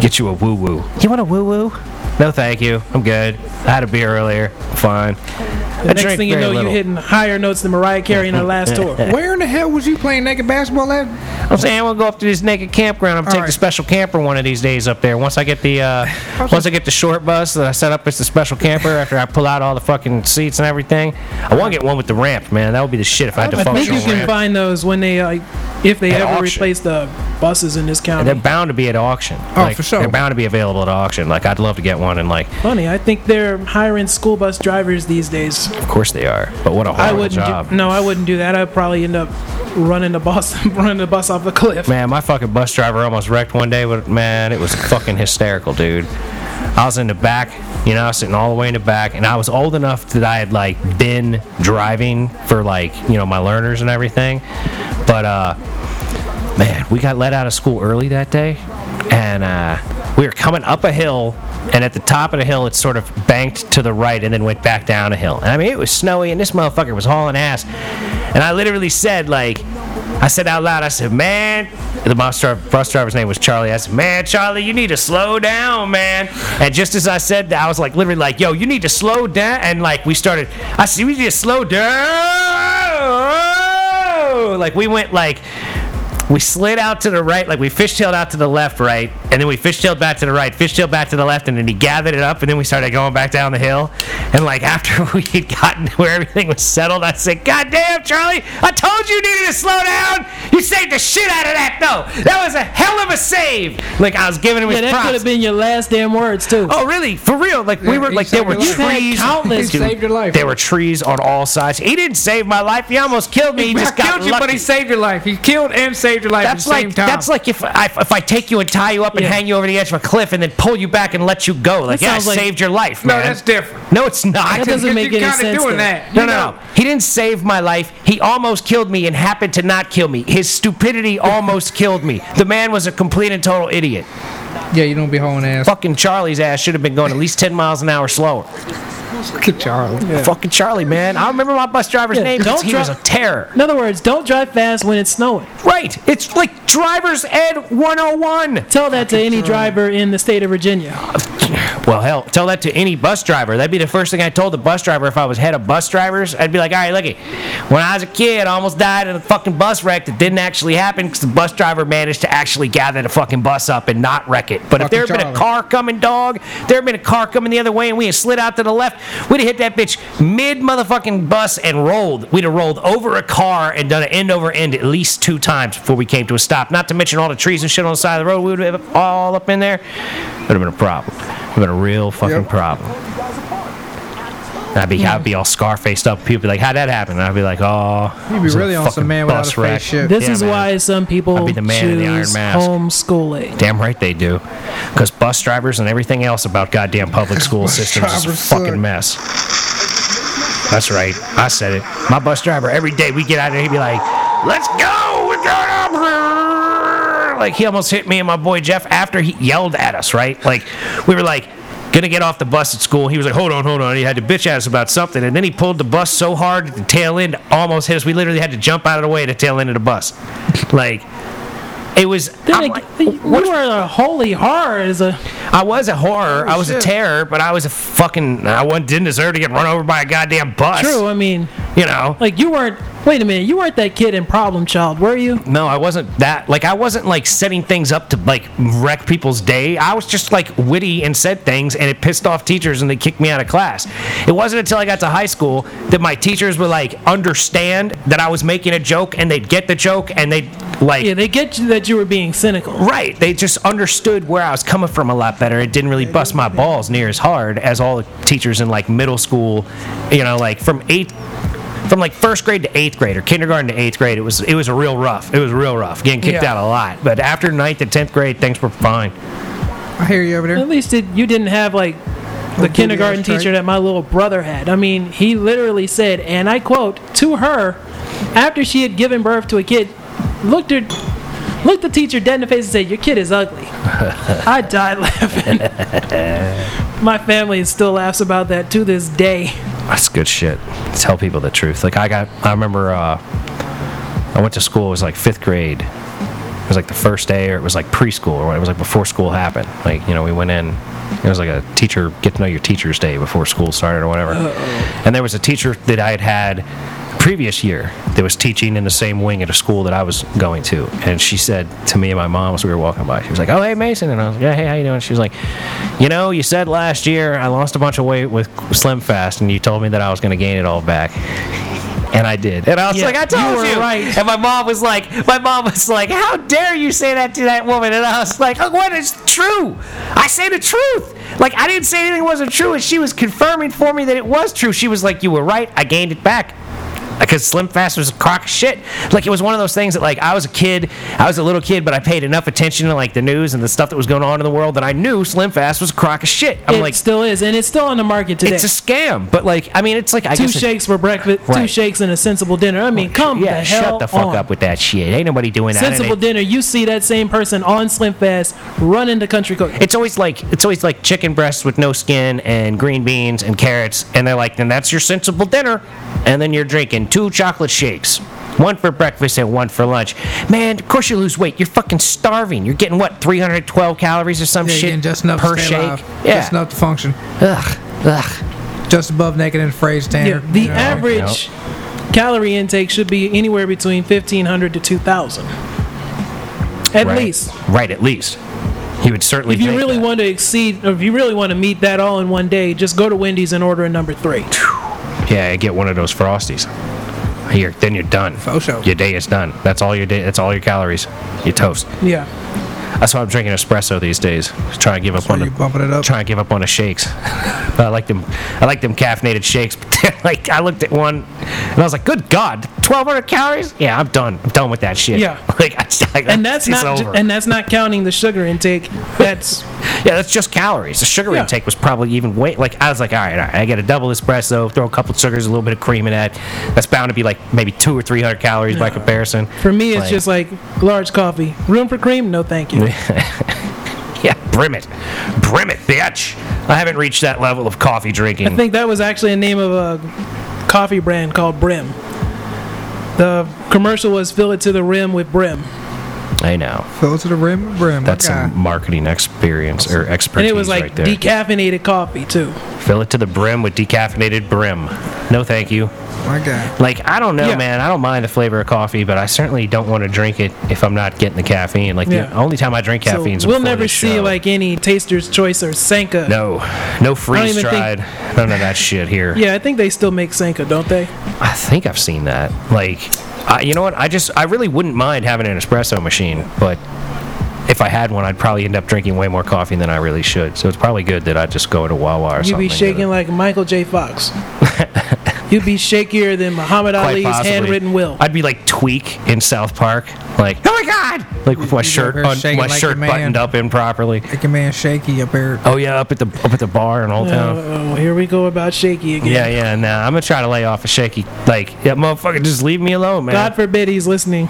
S1: Get you a woo woo. You want a woo woo? No, thank you. I'm good. I had a beer earlier. I'm fine.
S2: The next thing you know, you're hitting higher notes than Mariah Carey in her last tour.
S4: Where in the hell was you playing naked basketball at?
S1: I'm saying I'm gonna go up to this naked campground. I'm gonna take
S4: right.
S1: the special camper one of these days up there. Once I get the uh, once I get the short bus that I set up as the special camper after I pull out all the fucking seats and everything. I want to get one with the ramp, man. That would be the shit if I had
S2: I
S1: to
S2: think
S1: function
S2: you
S1: ramp.
S2: can find those when they, uh, if they
S1: At
S2: ever
S1: auction.
S2: replace the buses in this
S1: They're
S2: county.
S1: bound to be at auction.
S4: Oh,
S1: Like,
S4: for sure.
S1: They're bound to be available at auction. Like, I'd love to get one, and like,
S2: Funny, I think they're hiring school bus drivers these days.
S1: of course they are. But what a
S2: I
S1: horrible
S2: wouldn't.
S1: job.
S2: Do, no, I wouldn't do that. I'd probably end up running the bus, running the bus off the cliff.
S1: Man, my fucking bus driver almost wrecked one day, but man, it was fucking hysterical, dude. I was in the back, you know, I was sitting all the way in the back, and I was old enough that I had like been driving for like, you know, my learners and everything. But uh man, we got let out of school early that day, and uh, we were coming up a hill, and at the top of the hill, it sort of banked to the right and then went back down a hill. And I mean, it was snowy, and this motherfucker was hauling ass. And I literally said, like, I said out loud, I said, man, the bus, dri- bus driver's name was Charlie. I said, man, Charlie, you need to slow down, man. And just as I said that, I was like, literally, like, yo, you need to slow down. And like, we started, I said, we need to slow down. Like, we went like we slid out to the right, like we fishtailed out to the left, right, and then we fishtailed back to the right, fishtailed back to the left, and then he gathered it up, and then we started going back down the hill. And like after we had gotten to where everything was settled, I said, "God damn, Charlie! I told you you needed to slow down. You saved the shit out of that, though. That was a hell of a save. Like I was giving him
S2: Yeah,
S1: his
S2: that could
S1: props.
S2: have been your last damn words too.
S1: Oh, really? For real? Like we
S4: Yeah,
S1: were
S4: he
S1: like there
S4: saved
S1: were
S2: You've
S4: your life.
S2: had
S1: trees.
S2: countless-
S4: He saved your life.
S1: There were trees on all sides. He didn't save my life. He almost killed me. He, just got
S4: killed you, but
S1: lucky.
S4: he saved your life. He killed and saved your life
S1: That's
S4: at the
S1: like
S4: same time.
S1: that's like if I, if I take you and tie you up and
S2: Yeah.
S1: hang you over the edge of a cliff and then pull you back and let you go. Like
S2: That
S1: yeah, I
S2: sounds like-
S1: saved your life,
S4: no,
S1: man.
S4: that's different.
S1: No, it's not.
S2: That doesn't
S4: Because
S2: make
S4: you
S2: any
S4: kinda
S2: sense,
S4: doing
S2: though.
S4: that.
S1: no,
S4: You
S1: no,
S4: know.
S1: he didn't save my life. He almost killed me and happened to not kill me. His stupidity almost killed me. The man was a complete and total idiot.
S4: Yeah, you don't be hoeing ass.
S1: Fucking Charlie's ass should have been going at least 10 miles an hour slower.
S4: Fuck Charlie.
S1: Fucking Charlie, man. I remember my bus driver's
S2: Yeah,
S1: name because
S2: don't
S1: he was a
S2: dri-
S1: terror.
S2: In other words, don't drive fast when it's snowing.
S1: Right. It's like driver's ed 101.
S2: Tell that to
S1: uh,
S2: any driver in the state of Virginia.
S1: Well, hell, tell that to any bus driver. That'd be the first thing I told the bus driver if I was head of bus drivers. I'd be like, all right, looky, when I was a kid, I almost died in a fucking bus wreck that didn't actually happen because the bus driver managed to actually gather the fucking bus up and not wreck it. But if there had
S4: Fucking
S1: been a
S4: Charlie.
S1: car coming, dog, there had been a car coming the other way and we had slid out to the left, we'd have hit that bitch mid motherfucking bus and rolled. We'd have rolled over a car and done an end over end at least two times before we came to a stop. Not to mention all the trees and shit on the side of the road. We would have all up in there. Would have been a problem. Would have been a real fucking
S4: Yep.
S1: problem. And I'd be, I'd be all scar faced up. People be like, "How'd that happen?" And I'd be like, "Oh,
S4: You'd be really on some man without a face shit.
S2: This
S1: Yeah,
S2: is
S1: man.
S2: why some
S1: I'll
S2: people
S1: be the man in the iron
S2: choose
S1: mask.
S2: homeschooling.
S1: Damn right they do, because bus drivers and everything else about goddamn public school systems is a
S4: drivers
S1: fucking
S4: suck.
S1: mess. That's right, I said it. My bus driver every day we get out there, he'd be like, "Let's go, we're going up." Like he almost hit me and my boy Jeff after he yelled at us. Right, like we were like. Gonna get off the bus at school. He was like, "Hold on, hold on." He had to bitch at us about something, and then he pulled the bus so hard that the tail end almost hit us. We literally had to jump out of the way at the tail end of the bus. Like, it was.
S2: Then
S1: I'm
S2: again,
S1: like,
S2: you
S1: what
S2: were a holy horror as a
S1: I was a horror. I was a
S4: shit.
S1: terror, but I was a fucking. I wasn't, didn't deserve to get run over by a goddamn bus.
S2: true. I mean,
S1: You know.
S2: like you weren't. Wait a minute, you weren't that kid in Problem Child, were you?
S1: No, I wasn't that. Like, I wasn't like setting things up to like wreck people's day. I was just like witty and said things, and it pissed off teachers, and they kicked me out of class. It wasn't until I got to high school that my teachers would like understand that I was making a joke, and they'd get the joke, and they'd like.
S2: Yeah, they get you that you were being cynical.
S1: Right. They just understood where I was coming from a lot better. It didn't really bust my balls near as hard as all the teachers in like middle school, you know, like from eighth from like first grade to eighth grade or kindergarten to eighth grade, it was it was a real rough. It was real rough. Getting kicked
S4: Yeah.
S1: out a lot. But after ninth and tenth grade, things were fine.
S4: I hear you over there.
S2: At least it, you didn't have like the
S4: DDS
S2: kindergarten
S4: strike.
S2: teacher that my little brother had. I mean, he literally said, and I quote, to her, after she had given birth to a kid, looked her, looked the teacher dead in the face and said, "Your kid is ugly." I died laughing. my family still laughs about that to this day.
S1: That's good shit. Tell people the truth. Like I got, I remember, uh, I went to school. It was like fifth grade. It was like the first day, or it was like preschool, or it was like before school happened. Like you know, we went in. It was like a teacher get to know your teachers day before school started or whatever. And there was a teacher that I had had previous year that was teaching in the same wing at a school that I was going to. And she said to me and my mom as we were walking by, she was like, "Oh, hey Mason," and I was like, "Yeah, hey, how you doing?" She was like, "You know, you said last year I lost a bunch of weight with Slim Fast, and you told me that I was going to gain it all back." And I did. And I was
S2: Yeah,
S1: like, I
S2: you
S1: told you.
S2: were right.
S1: And my mom was like, my mom was like, how dare you say that to that woman? And I was like, oh, what is true? I say the truth. Like, I didn't say anything wasn't true. And she was confirming for me that it was true. She was like, you were right. I gained it back. Because Slim Fast was a crock of shit. Like, it was one of those things that, like, I was a kid, I was a little kid, but I paid enough attention to, like, the news and the stuff that was going on in the world that I knew Slim Fast was a crock of shit. I'm
S2: it
S1: like,
S2: still is, and it's still on the market today.
S1: it's a scam. But, like, I mean, it's like, I
S2: two
S1: guess. it-
S2: shakes for breakfast, two
S1: Right.
S2: shakes and a sensible dinner. I mean, come
S1: yeah,
S2: the hell
S1: shut the fuck
S2: on.
S1: up with that shit. Ain't nobody doing that. and
S2: Sensible
S1: it-
S2: dinner. You see that same person on Slim Fast running to Country Cook.
S1: it's always like it's always like chicken breasts with no skin and green beans and carrots, and they're like, then that's your sensible dinner, and then you're drinking two chocolate shakes, one for breakfast and one for lunch. Man, of course you lose weight. You're fucking starving. You're getting what 312 calories or some
S4: Yeah,
S1: shit
S4: again, just enough
S1: per
S4: to stay
S1: shake.
S4: alive.
S1: Yeah.
S4: Just enough to function.
S1: Ugh. Ugh.
S4: Just above naked and phrase
S2: Yeah,
S4: standard.
S2: the
S4: you know.
S2: average calorie intake should be anywhere between 1500 to 2000. At
S1: right?
S2: least.
S1: Right, at least. He would certainly.
S2: If you
S1: think
S2: really
S1: that.
S2: want to exceed, or if you really want to meet that all in one day, just go to Wendy's and order a number three.
S1: Yeah, I get one of those frosties. Here, then you're done.
S4: Fosho.
S1: Your day is done. That's all your day. That's all your calories. You toast.
S2: Yeah.
S1: That's why I'm drinking espresso these days. Trying to give up on
S4: you bumping it
S1: the
S4: up?
S1: trying to give up on the shakes. I like them. I like them caffeinated shakes. like I looked at one, and I was like, "Good God, 1,200 calories? Yeah, I'm done. I'm done with that shit."
S2: Yeah.
S1: Like, I, like
S2: And that's
S1: it's
S2: not, ju-
S1: over.
S2: and that's not counting the sugar intake. That's
S1: Yeah, that's just calories. The sugar
S2: Yeah.
S1: intake was probably even way like I was like, all right, all right, I get a double espresso, throw a couple sugars, a little bit of cream in that. That's bound to be like maybe two or three hundred calories by comparison.
S2: for me. It's
S1: Like-
S2: just like large coffee. Room for cream? No, thank you.
S1: yeah, brim it, brim it, bitch. I haven't reached that level of coffee
S2: I
S1: drinking.
S2: think that was actually a name of a coffee brand called Brim. The commercial was fill it to the rim with Brim.
S1: I know
S4: Fill it to the rim with brim.
S1: that's
S4: Okay.
S1: some marketing experience or expertise
S2: And it was like
S1: right there.
S2: decaffeinated coffee too.
S1: Fill it to the brim with decaffeinated brim. No, thank you.
S4: My God.
S1: Like I don't know,
S2: Yeah.
S1: man. I don't mind the flavor of coffee, but I certainly don't want to drink it if I'm not getting the caffeine. Like
S2: Yeah.
S1: the only time I drink
S2: So
S1: caffeine is
S2: we'll
S1: before
S2: never
S1: this
S2: see
S1: show.
S2: like any Taster's Choice or Senka.
S1: no, no freeze
S2: even
S1: dried,
S2: think-
S1: none of that shit here.
S2: Yeah, I think they still make Senka, don't they?
S1: I think I've seen that. Like, I, you know what? I just I really wouldn't mind having an espresso machine, but if I had one, I'd probably end up drinking way more coffee than I really should. So it's probably good that I just go to Wawa or
S2: You'd
S1: something.
S2: be
S1: and get
S2: shaking
S1: it.
S2: like Michael J. Fox. You'd be shakier than Muhammad
S1: Quite
S2: Ali's
S1: possibly.
S2: handwritten will.
S1: I'd be like Tweak in South Park, like oh my god, like with my shirt
S4: there
S1: on,
S4: shaking
S1: my
S4: like a
S1: shirt
S4: man.
S1: buttoned up improperly.
S4: Make a man shaky up here.
S1: Oh yeah, up at the up at the bar in Old Town.
S2: oh, here we go about shaky again.
S1: yeah, yeah. Nah, I'm gonna try to lay off a shaky. Like, yeah, motherfucker, just leave me alone, man.
S2: God forbid he's listening.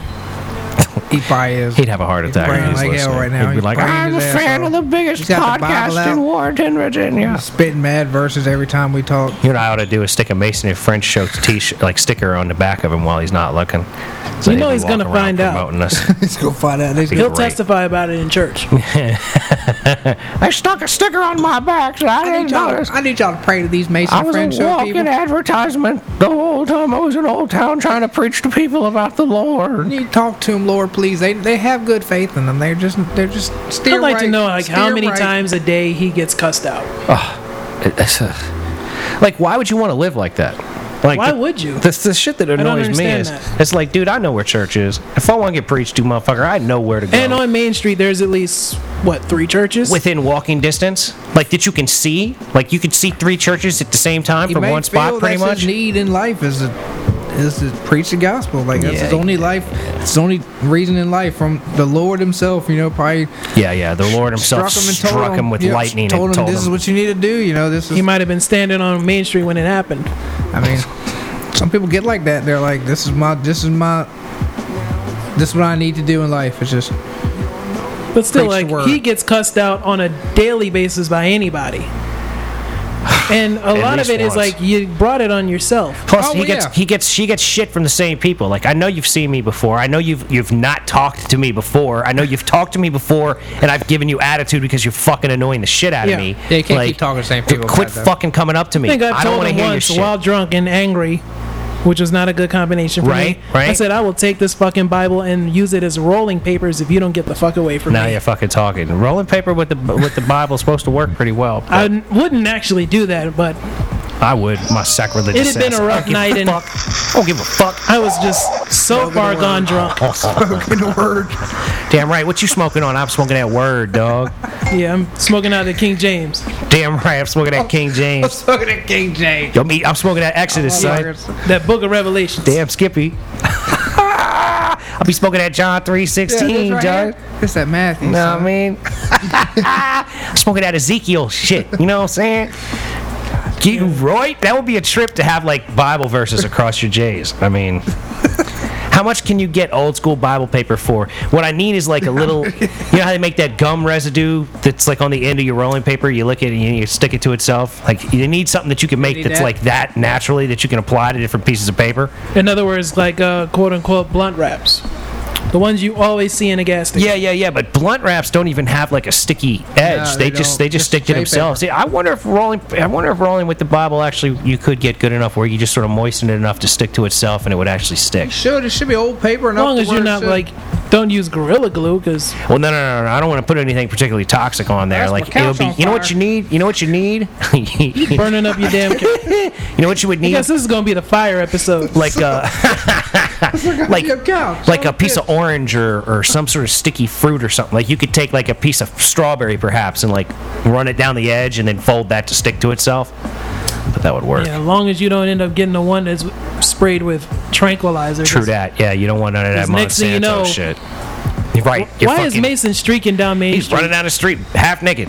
S4: He probably is.
S1: He'd have a heart attack.
S4: praying
S1: if he's
S4: like hell
S1: listening.
S4: right now.
S1: He'd be
S4: He's
S1: like,
S4: praying
S1: I'm the
S4: his ass
S1: fan
S4: off.
S1: of the biggest
S4: He's got the Bible
S1: podcast
S4: out.
S1: in Warrenton, Virginia.
S4: Spitting mad verses every time we talk.
S1: You know what I ought to do is stick a Mason and French show t-shirt, like sticker on the back of him while he's not looking. So they
S2: You know
S1: can
S2: he's
S1: walk
S2: gonna
S1: around
S2: find out.
S1: promoting us.
S4: Let's go find out. Let's
S2: He'll
S1: Great.
S2: testify about it in church.
S1: I stuck a sticker on my back, so I didn't notice.
S4: I need y'all to pray to these Mason
S1: I was a walking advertisement the whole time I was in Old Town trying to preach to people about the Lord.
S4: You talk to them, Lord, please. They they have good faith in them. They're just they're just steer
S2: I'd like to
S4: right,
S2: know like how
S4: steer
S2: many
S4: right.
S2: times a day he gets cussed out.
S1: It- it's, uh, like why would you want to live like that like
S2: Why
S1: the-
S2: would you?
S1: this the shit that annoys me
S2: understand
S1: is
S2: that.
S1: it's like dude i know where church is if i want to get preached to motherfucker i know where to go
S2: And on Main Street, there's at least what three churches?
S1: within walking distance like that you can see like you could see three churches at the same time
S4: He
S1: from
S4: may
S1: one
S4: feel
S1: spot pretty
S4: that's
S1: much
S4: His need in life is to, is to preach the gospel. Like that's
S1: Yeah,
S4: his only life. It's his only reason in life from the Lord Himself. You know, probably
S1: yeah yeah the lord himself
S4: struck him and told
S1: struck him with
S4: you know,
S1: lightning
S4: Told
S1: and
S4: him
S1: told
S4: this is
S1: him
S4: what you need to do. You know, this
S2: he
S4: is.
S2: might have been standing on Main Street when it happened.
S4: I mean, some people get like that. They're like, this is my this is my this is what I need to do in life. It's just
S2: But still,
S4: Preach the
S2: like
S4: word.
S2: he gets cussed out on a daily basis by anybody. And a lot of
S1: least
S2: it is
S1: once.
S2: like you brought it on yourself.
S1: Plus,
S4: Oh,
S1: he
S4: well,
S1: gets
S4: yeah.
S1: he gets she gets shit from the same people. Like I know you've seen me before. I know you've you've not talked to me before. I know you've talked to me before, and I've given you attitude because you're fucking annoying the shit out
S2: Yeah.
S1: of me.
S4: Yeah, you can't keep talking to the same
S1: dude,
S4: people,
S1: Quit
S4: goddamn.
S1: fucking coming up to me.
S2: I think I've
S1: don't
S2: told
S1: want to
S2: him
S1: hear your
S2: once
S1: shit.
S2: while drunk and angry, which was not a good combination for
S1: Right,
S2: me. I
S1: right.
S2: said I will take this fucking Bible and use it as rolling papers if you don't get the fuck away from
S1: now
S2: me.
S1: you're fucking talking. Rolling paper with the with the Bible is supposed to work pretty well. but
S2: I n- wouldn't actually do that, but
S1: I would my sacrilegious.
S2: It had been
S1: ass.
S2: a rough
S1: I don't give
S2: night
S1: a
S2: and-
S1: fuck. I don't give a fuck.
S2: I was just so far gone drunk.
S1: Damn right. What you smoking on? I'm smoking that word, dog.
S2: Yeah, I'm smoking out of the King James.
S1: Damn right. I'm smoking that King James.
S4: Look at King James.
S1: Yo, me. I'm smoking that Exodus, son.
S2: That book of Revelations.
S1: Damn, Skippy. I'll be smoking that John 316, John.
S4: It's that Matthew.
S1: You know what
S4: son.
S1: I mean? smoking that Ezekiel shit. You know what I'm saying? Get you right? That would be a trip to have like Bible verses across your J's. I mean, how much can you get old school Bible paper for? What I need is like a little, you know how they make that gum residue that's like on the end of your rolling paper? You lick it and you, you stick it to itself. Like, you need something that you can make
S4: need
S1: that's
S4: that.
S1: like that naturally that you can apply to different pieces of paper.
S2: In other words, like uh, quote unquote blunt wraps. The ones you always see in a gas station.
S1: Yeah, yeah, yeah. But blunt wraps don't even have like a sticky edge.
S4: No,
S1: they,
S4: they
S1: just
S4: don't.
S1: they just
S4: Just
S1: stick to
S4: shape it.
S1: themselves. See, I wonder if rolling I wonder if rolling with the Bible actually you could get good enough where you just sort of moisten it enough to stick to itself and it would actually stick.
S4: Should it should be old paper and
S2: As long as you're not like, don't use Gorilla Glue because
S1: Well, no, no, no, no. I don't want to put anything particularly toxic on there.
S4: That's my
S1: like it'll
S4: couch
S1: be.
S4: on
S1: You know what you
S4: fire.
S1: need? You know what you need? you
S2: burning up your damn. Ca-
S1: know what you would
S2: I
S1: need?
S2: guess this is gonna be the fire episode.
S1: Like a like like a piece of orange or, or some sort of sticky fruit or something. Like you could take like a piece of strawberry perhaps and like run it down the edge and then fold that to stick to itself. But that would work.
S2: yeah, as long as you don't end up getting the one that's sprayed with tranquilizer.
S1: True that. Yeah, you don't want none of that
S2: 'Cause next thing
S1: Monsanto
S2: you know-
S1: shit. You're right. You're
S2: Why is
S1: fucking-
S2: Mason streaking down Main
S1: He's
S2: Street?
S1: running down the street half naked.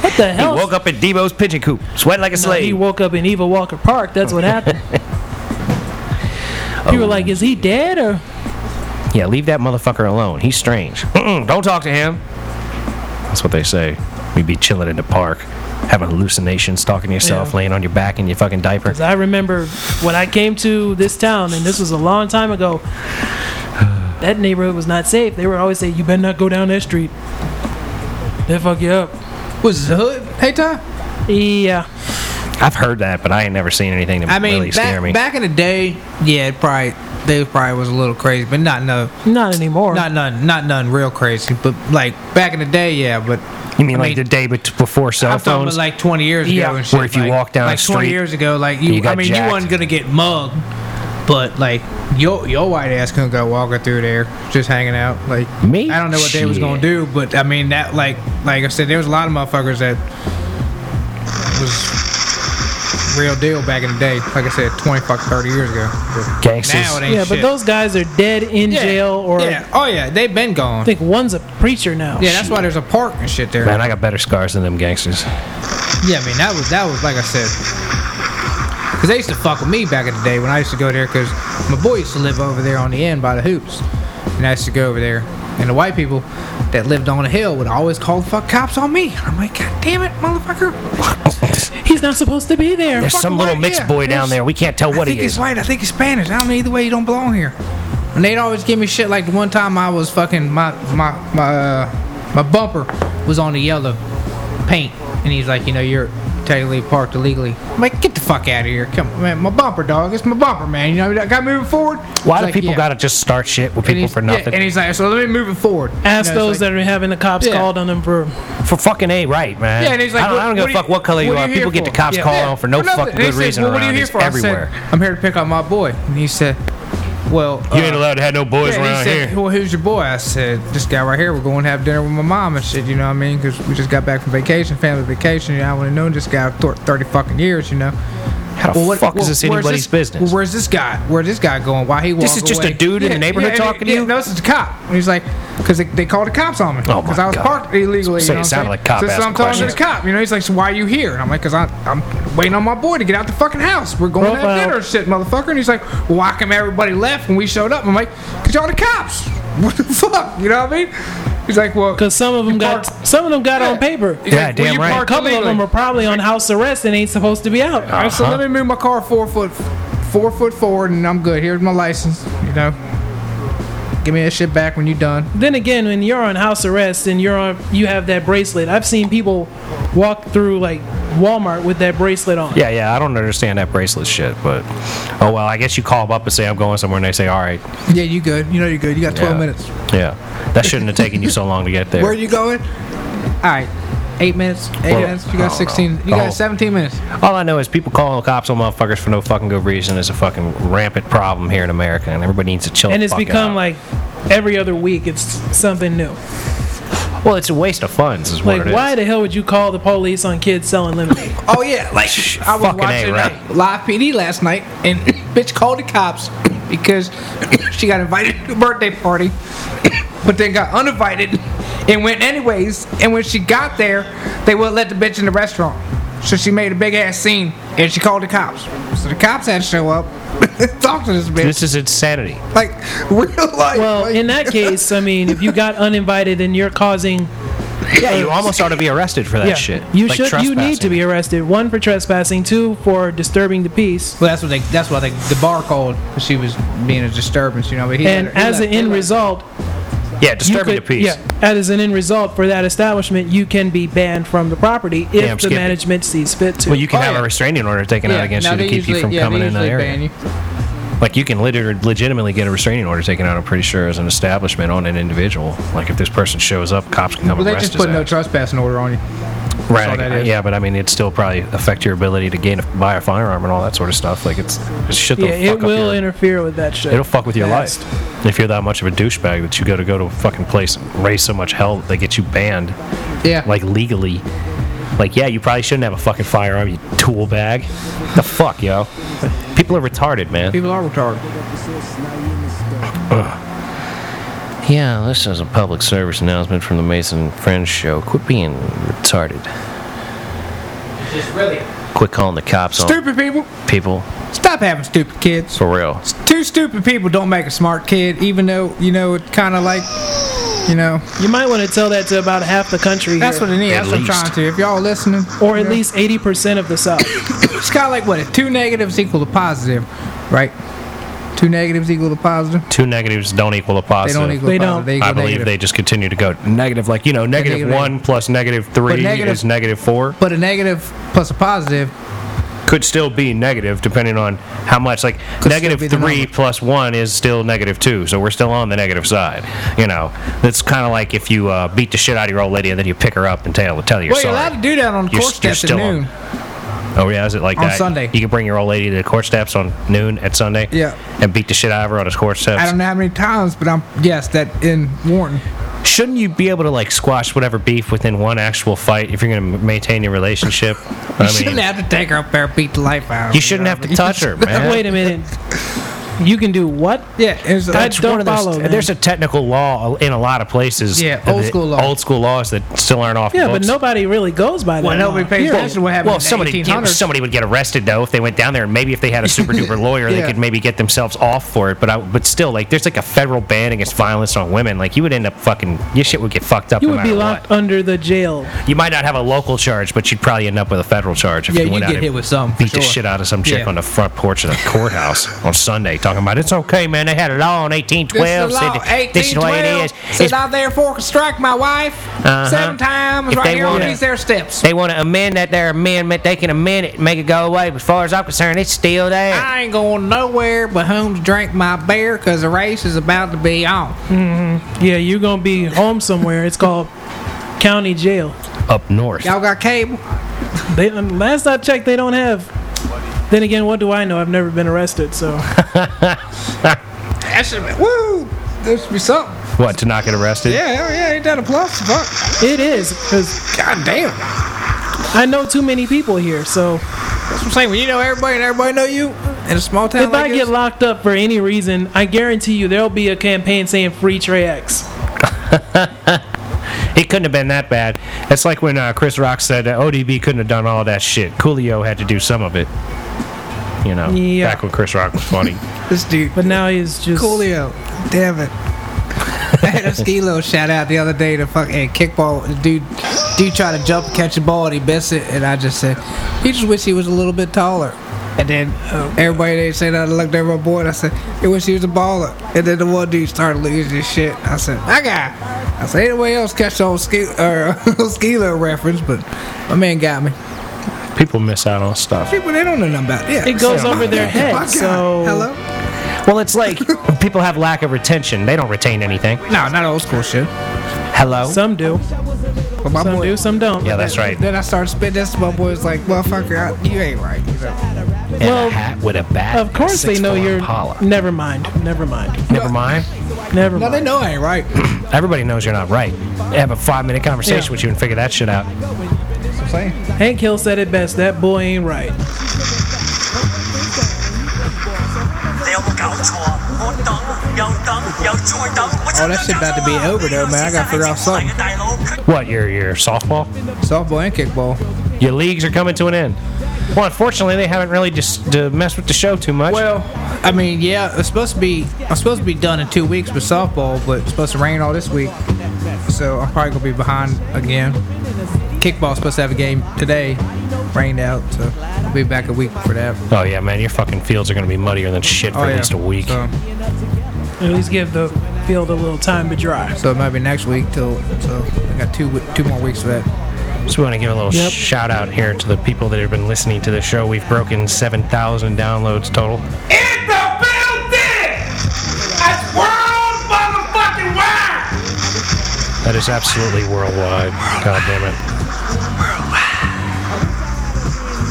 S2: What the
S1: He
S2: hell?
S1: woke up in Debo's pigeon coop, sweating like a
S2: No,
S1: slave.
S2: he woke up in Eva Walker Park. That's what happened.
S1: Oh.
S2: People were like, "Is he dead or?"
S1: Yeah, leave that motherfucker alone. He's strange. Mm-mm, don't talk to him. That's what they say. We'd be chilling in the park, having hallucinations, talking to yourself,
S2: Yeah.
S1: laying on your back in your fucking diaper.
S2: 'Cause I remember when I came to this town, and this was a long time ago. That neighborhood was not safe. They would always say, "You better not go down that street. They fuck you up."
S4: was the hood. Hey, Ty.
S2: Yeah,
S1: I've heard that, but I ain't never seen anything that
S4: I mean,
S1: really scare me.
S4: back, back in the day, yeah, it probably they probably was a little crazy, but not no,
S2: not anymore.
S4: not none, not none real crazy. But like back in the day, yeah. But
S1: you mean
S4: I
S1: like
S4: mean,
S1: the day bet- before cell
S4: I'm talking about
S1: phones?
S4: like 20 years ago
S2: Yeah.
S4: and shit.
S1: Where if you
S4: like,
S1: walk down
S4: like
S1: the
S4: 20
S1: street,
S4: years ago, like
S1: you
S4: you,
S1: got
S4: I mean,
S1: jacked.
S4: you wasn't gonna get mugged, but like your your white ass couldn't go walking through there just hanging out. Like
S1: Me?
S4: I don't know what they was gonna
S1: Shit.
S4: do, but I mean that like like I said, there was a lot of motherfuckers that was real deal back in the day. Like I said, 20 fuck 30 years ago. But
S1: Gangsters.
S4: Now it ain't
S2: yeah, but
S4: shit.
S2: those guys are dead in
S4: Yeah.
S2: jail, or
S4: yeah, oh yeah, they've been gone.
S2: I think one's a preacher now.
S4: yeah, that's why there's a park and shit there.
S1: Man, I got better scars than them gangsters.
S4: Yeah, I mean that was that was like I said, because they used to fuck with me back in the day when I used to go there because my boy used to live over there on the end by the hoops, and I used to go over there, and the white people that lived on the hill would always call the fuck cops on me. I'm like, god damn it, motherfucker!
S2: He's not supposed to be there.
S1: There's
S4: Fucking
S1: some little
S4: white,
S1: mixed
S4: yeah.
S1: boy down
S4: There's-
S1: there. We can't tell
S4: I
S1: what
S4: think
S1: he
S4: he's
S1: is.
S4: white. I think he's Spanish. I don't know either way. You don't belong here. And they'd always give me shit like the one time I was fucking my my my uh, my bumper was on the yellow paint, and he's like, you know, you're technically parked illegally. I'm like, get the fuck out of here. Come on, man, my bumper, dog. It's my bumper, man. You know, I got moving forward.
S1: Why
S4: He's
S1: do
S4: like,
S1: people
S4: "Yeah."
S1: gotta just start shit with
S4: And
S1: people
S4: he's-
S1: for
S4: yeah,
S1: nothing?
S4: and he's like, so let me move it forward.
S2: Ask
S4: You know,
S2: those
S4: it's like-
S2: that are having the cops
S4: Yeah.
S2: called on them for
S1: for fucking a right, man.
S4: Yeah, and he's like,
S1: I don't,
S4: what,
S1: I don't give a
S4: what do you-
S1: fuck what color you
S4: what
S1: are.
S4: here
S1: People get
S4: for?
S1: the cops
S4: Yeah.
S1: calling
S4: Yeah.
S1: on for no
S4: nothing.
S1: fucking
S4: And he
S1: good
S4: said,
S1: reason
S4: well, what are
S1: around
S4: you here
S1: this
S4: for? I said,
S1: everywhere.
S4: I'm here to pick up my boy. And he said, well,
S1: You
S4: uh,
S1: ain't allowed to have no boys
S4: Yeah, and
S1: around
S4: he said,
S1: here.
S4: Well, who's your boy? I said, This guy right here. We're going to have dinner with my mom and shit. You know what I mean? Because we just got back from vacation, family vacation. You know, I would have known this guy for thir- 30 fucking years, you know.
S1: How the fuck is this
S4: where's
S1: anybody's
S4: this-
S1: business?
S4: Well, where's this guy? Where's this guy going? Why he walking?
S1: is just a dude in the neighborhood talking to you?
S4: No, this is a cop. And he's like, because they, they called the cops on me.
S1: Oh, my
S4: Because I was
S1: God.
S4: parked illegally.
S1: So
S4: you
S1: it
S4: know what I'm
S1: sounded
S4: saying?
S1: like cop
S4: So, so
S1: asking
S4: I'm talking to
S1: questions.
S4: the cop. You know, he's like, so why are you here? And I'm like, because I'm waiting on my boy to get out the fucking house. We're going to
S2: Profile.
S4: have dinner or shit, motherfucker. And he's like, well, why come everybody left when we showed up? I'm like, because y'all the cops. What the fuck? You know what I mean? He's like, well,
S2: because some of them
S4: you
S2: got
S4: parked-
S2: some of them got
S4: Yeah.
S2: on paper.
S4: He's
S1: Yeah,
S4: like,
S1: damn
S4: you
S1: right.
S2: A
S4: parked
S2: couple of them
S4: illegally.
S2: are probably on house arrest and ain't supposed to be out.
S4: I said,
S1: Uh-huh.
S4: let me move my car four foot, four foot forward, and I'm good. Here's my license. You know, give me that shit back when you're done.
S2: Then again, when you're on house arrest and you're on, you have that bracelet. I've seen people walk through like Walmart with that bracelet on.
S1: Yeah, yeah, I don't understand that bracelet shit, but oh well, I guess you call them up and say I'm going somewhere and they say, All right.
S4: Yeah, you good. You know you're good. You got 12
S1: yeah.
S4: minutes.
S1: Yeah. That shouldn't have taken you so long to get there.
S4: Where are you going? All right, eight minutes. Eight
S1: Well,
S4: minutes. You
S1: I
S4: got
S1: don't
S4: 16.
S1: know.
S4: You
S1: Oh.
S4: got 17 minutes.
S1: All I know is people calling cops on motherfuckers for no fucking good reason is a fucking rampant problem here in America and everybody needs to chill.
S2: and
S1: the
S2: it's
S1: fuck
S2: become
S1: out.
S2: like every other week. It's something new.
S1: Well, it's a waste of funds is what
S2: Like,
S1: it is.
S2: why the hell would you call the police on kids selling lemonade?
S4: Oh yeah, like I was
S1: fucking A,
S4: watching
S1: right?
S4: uh, live PD last night, and bitch called the cops because she got invited to a birthday party, but then got uninvited and went anyways. And when she got there, they wouldn't let the bitch in the restaurant, so she made a big ass scene, and she called the cops. So the cops had to show up, talk to this bitch,
S1: this is insanity.
S4: like real life.
S2: Well,
S4: like-
S2: in that case, I mean, if you got uninvited and you're causing
S1: Yeah, you almost ought to be arrested for that shit.
S2: You
S1: Like
S2: should. You need to
S1: trespassing.
S2: be arrested. One for trespassing. Two for disturbing the peace.
S4: Well, that's what they. That's why they, the bar called. 'cause She was being a disturbance, you know. But he
S2: And
S4: let her- he
S2: as
S4: let-
S2: an end
S4: he let-
S2: result,
S1: Yeah,
S2: you
S1: disturbing
S2: could,
S1: the peace.
S2: yeah, as an end result for that establishment, you can be banned from the property if
S1: Damn,
S2: the
S1: Skippy.
S2: management sees fit to.
S1: Well, you can
S4: Oh,
S1: have
S4: yeah.
S1: a restraining order taken out against
S4: now
S1: you to
S4: they
S1: keep you
S4: usually-
S1: from
S4: yeah, they
S1: coming in the
S4: usually
S1: area.
S4: ban you.
S1: Like you can literally, legitimately get a restraining order taken out. I'm pretty sure as an establishment on an individual. Like if this person shows up, cops can come
S4: Well, they
S1: arrest
S4: just
S1: his
S4: put no
S1: ass.
S4: trespassing order on you.
S1: right?
S4: all that
S1: I-
S4: is.
S1: yeah, but I mean, it still probably affect your ability to gain, a, buy a firearm and all that sort of stuff. Like it's, it's shit.
S2: yeah,
S1: that'll fuck
S2: it
S1: up
S2: will
S1: your-
S2: interfere with that shit.
S1: It'll fuck with your
S2: Fast.
S1: life if you're that much of a douchebag that you go to go to a fucking place and raise so much hell that they get you banned,
S4: Yeah.
S1: like legally. Like, yeah, you probably shouldn't have a fucking firearm, you tool bag. The fuck, yo. People are retarded, man.
S4: people are retarded.
S1: Yeah, this is a public service announcement from the Mason Friends Show. Quit being retarded. Quit calling the cops
S4: Stupid people.
S1: on people.
S4: Stop having stupid kids.
S1: For real.
S4: Two stupid people don't make a smart kid, even though you know it kind of like, you know,
S2: You might want to tell that to about half the country,
S4: that's
S2: here,
S4: what it is.
S1: At
S4: That's what I'm
S1: least.
S4: trying to. If y'all listening,
S2: or
S4: you
S2: at
S4: know,
S2: least eighty percent of the South.
S4: it's kind of like what if two negatives equal to positive, right? Two negatives equal to positive.
S1: Two negatives don't equal a
S4: They
S1: positive.
S4: don't equal
S2: They
S4: positive.
S2: don't.
S4: They equal
S1: I believe
S4: negative.
S1: they just continue to go negative. Like, you know, negative
S4: negative.
S1: one plus negative three
S4: negative-
S1: is negative four.
S4: But a negative plus a positive
S1: could still be negative depending on how much. Like
S4: Could
S1: negative
S4: still be the
S1: three
S4: number.
S1: plus one is still negative two, so we're still on the negative side. You know, that's kind of like if you uh, beat the shit out of your old lady and then you pick her up and tell tell her you're
S4: Well, you're
S1: sorry.
S4: allowed to do that on
S1: You're-
S4: court
S1: you're
S4: steps at
S1: still on-
S4: noon.
S1: oh yeah, is it like
S4: on
S1: that?
S4: Sunday.
S1: you can bring your old lady to the court steps on noon at Sunday.
S4: Yeah.
S1: and beat the shit out of her on his court steps.
S4: I don't know how many times, but I'm yes, that in Warren.
S1: Shouldn't you be able to like squash whatever beef within one actual fight if you're going to maintain your relationship?
S4: You shouldn't have to take her up there and beat the life out. of her,
S1: you shouldn't
S4: know
S1: have
S4: what
S1: to touch her, man.
S2: Wait a minute. You can do what?
S4: I mean? Yeah, it's
S2: That's
S4: it's
S2: don't
S1: one of those-
S2: follow, man.
S1: There's a technical law in a lot of places.
S4: Yeah,
S1: uh,
S4: old
S1: that-
S4: school law.
S1: Old school laws that still aren't off.
S2: Yeah,
S1: the
S2: but
S1: books.
S2: nobody really goes by that.
S4: Well, nobody
S2: law.
S4: pays
S2: Period.
S4: attention to what happened
S1: Well,
S4: in the
S1: somebody, you know,
S4: 1800s.
S1: somebody would get arrested though if they went down there, and maybe if they had a super duper lawyer, they
S4: Yeah.
S1: could maybe get themselves off for it. But I, but still, like, there's like a federal ban against violence on women. Like, you would end up fucking your shit would get fucked up.
S2: You
S1: no
S2: would be
S1: matter
S2: locked
S1: what.
S2: under the jail.
S1: You might not have a local charge, but you'd probably end up with a federal charge if
S4: Yeah,
S1: you went
S4: you
S1: out
S4: get
S1: and
S4: hit with some. for
S1: beat the
S4: sure.
S1: shit out of some chick
S4: Yeah.
S1: on the front porch of the courthouse on Sunday, talking about it's okay, man. They had it all in 1812.
S4: This is the law.
S1: said that- This is the way it
S4: 1812
S1: is.
S4: Said
S1: It's
S4: I therefore can strike my wife
S1: Uh-huh.
S4: seven times
S1: If
S4: right
S1: they
S4: here on
S1: wanna-
S4: these there steps.
S1: They want to amend that their amendment. They can amend it and make it go away. But as far as I'm concerned, it's still there.
S4: I ain't going nowhere but home to drink my beer because the race is about to be on.
S2: Yeah, you're gonna be home somewhere. It's called county jail.
S1: Up north.
S4: Ah. Y'all got cable?
S2: They um, last I checked, they don't have. Then again, what do I know? I've never been arrested, so
S4: That should be, woo! There should be something.
S1: What, to not get arrested?
S4: Yeah, hell yeah, ain't that a plus? Fuck.
S2: it is because
S4: God damn.
S2: I know too many people here. So
S4: That's what I'm saying. When you know everybody and everybody know you in a small town
S2: if
S4: like
S2: I get
S4: this,
S2: locked up for any reason, I guarantee you there'll be a campaign saying "Free Trey X."
S1: It couldn't have been that bad. That's like when uh, Chris Rock said that ODB couldn't have done all that shit. Coolio had to do some of it. You know,
S2: Yeah.
S1: back when Chris Rock was funny.
S4: this dude,
S2: But now he's just
S4: Coolio, damn it. I had a ski little shout out the other day to fucking kickball the dude. Dude tried to jump and catch the ball and he missed it, and I just said, he just wish he was a little bit taller. And then uh, everybody they said I looked at my boy and I said, he wish he was a baller. And then the one dude started losing his shit. I said, I got. it." I said, anybody else catch on ski or ski little reference, but my man got me.
S1: People miss out on stuff.
S4: People they don't know nothing about it.
S2: It goes over their head,
S4: My God.
S2: so-
S4: hello.
S1: Well, it's like people have lack of retention. They don't retain anything.
S4: No, not old school shit.
S1: Hello?
S2: Some do,
S4: But my
S2: some
S4: boy,
S2: do, some don't.
S1: yeah, that's right.
S4: then I started spitting this. My boy was like, "Motherfucker, I, you ain't right." You know?
S1: And
S2: well,
S1: a hat with a bat.
S2: Of course they know you're.
S1: Holler.
S2: Never mind. Never mind.
S1: Never mind.
S2: Never
S4: No, they
S2: mind.
S4: know I ain't right.
S1: Everybody knows you're not right. Have a five minute conversation
S2: Yeah.
S1: with you and figure that shit out.
S4: I'm saying.
S2: Hank Hill said it best. That boy ain't right.
S5: 有冇搞錯啊？我等又等又再等，我真
S4: Oh, that
S5: 係
S4: shit about to be over though, man. I gotta figure out something.
S5: 大佬，佢
S1: What, your your softball?
S4: Softball and kickball.
S1: Your leagues are coming to an end. Well, unfortunately, they haven't really just uh, messed with the show too much.
S4: Well, I mean, yeah, it's supposed to be. I'm supposed to be done in two weeks with softball, but it's supposed to rain all this week. so I'm probably gonna be behind again. Kickball's supposed to have a game today. Rained out, so I'll be back a week for that.
S1: Oh yeah, man, your fucking fields are gonna be muddier than shit for
S4: Oh,
S1: at
S4: yeah.
S1: least a week.
S4: So,
S2: At least give the field a little time to dry.
S4: so it might be next week till. So I got two w- two more weeks for that.
S1: So we want to give a little
S2: Yep.
S1: shout out here to the people that have been listening to the show. We've broken seven thousand downloads total.
S3: In the building! That's world motherfucking wide!
S1: That is absolutely worldwide. God damn it.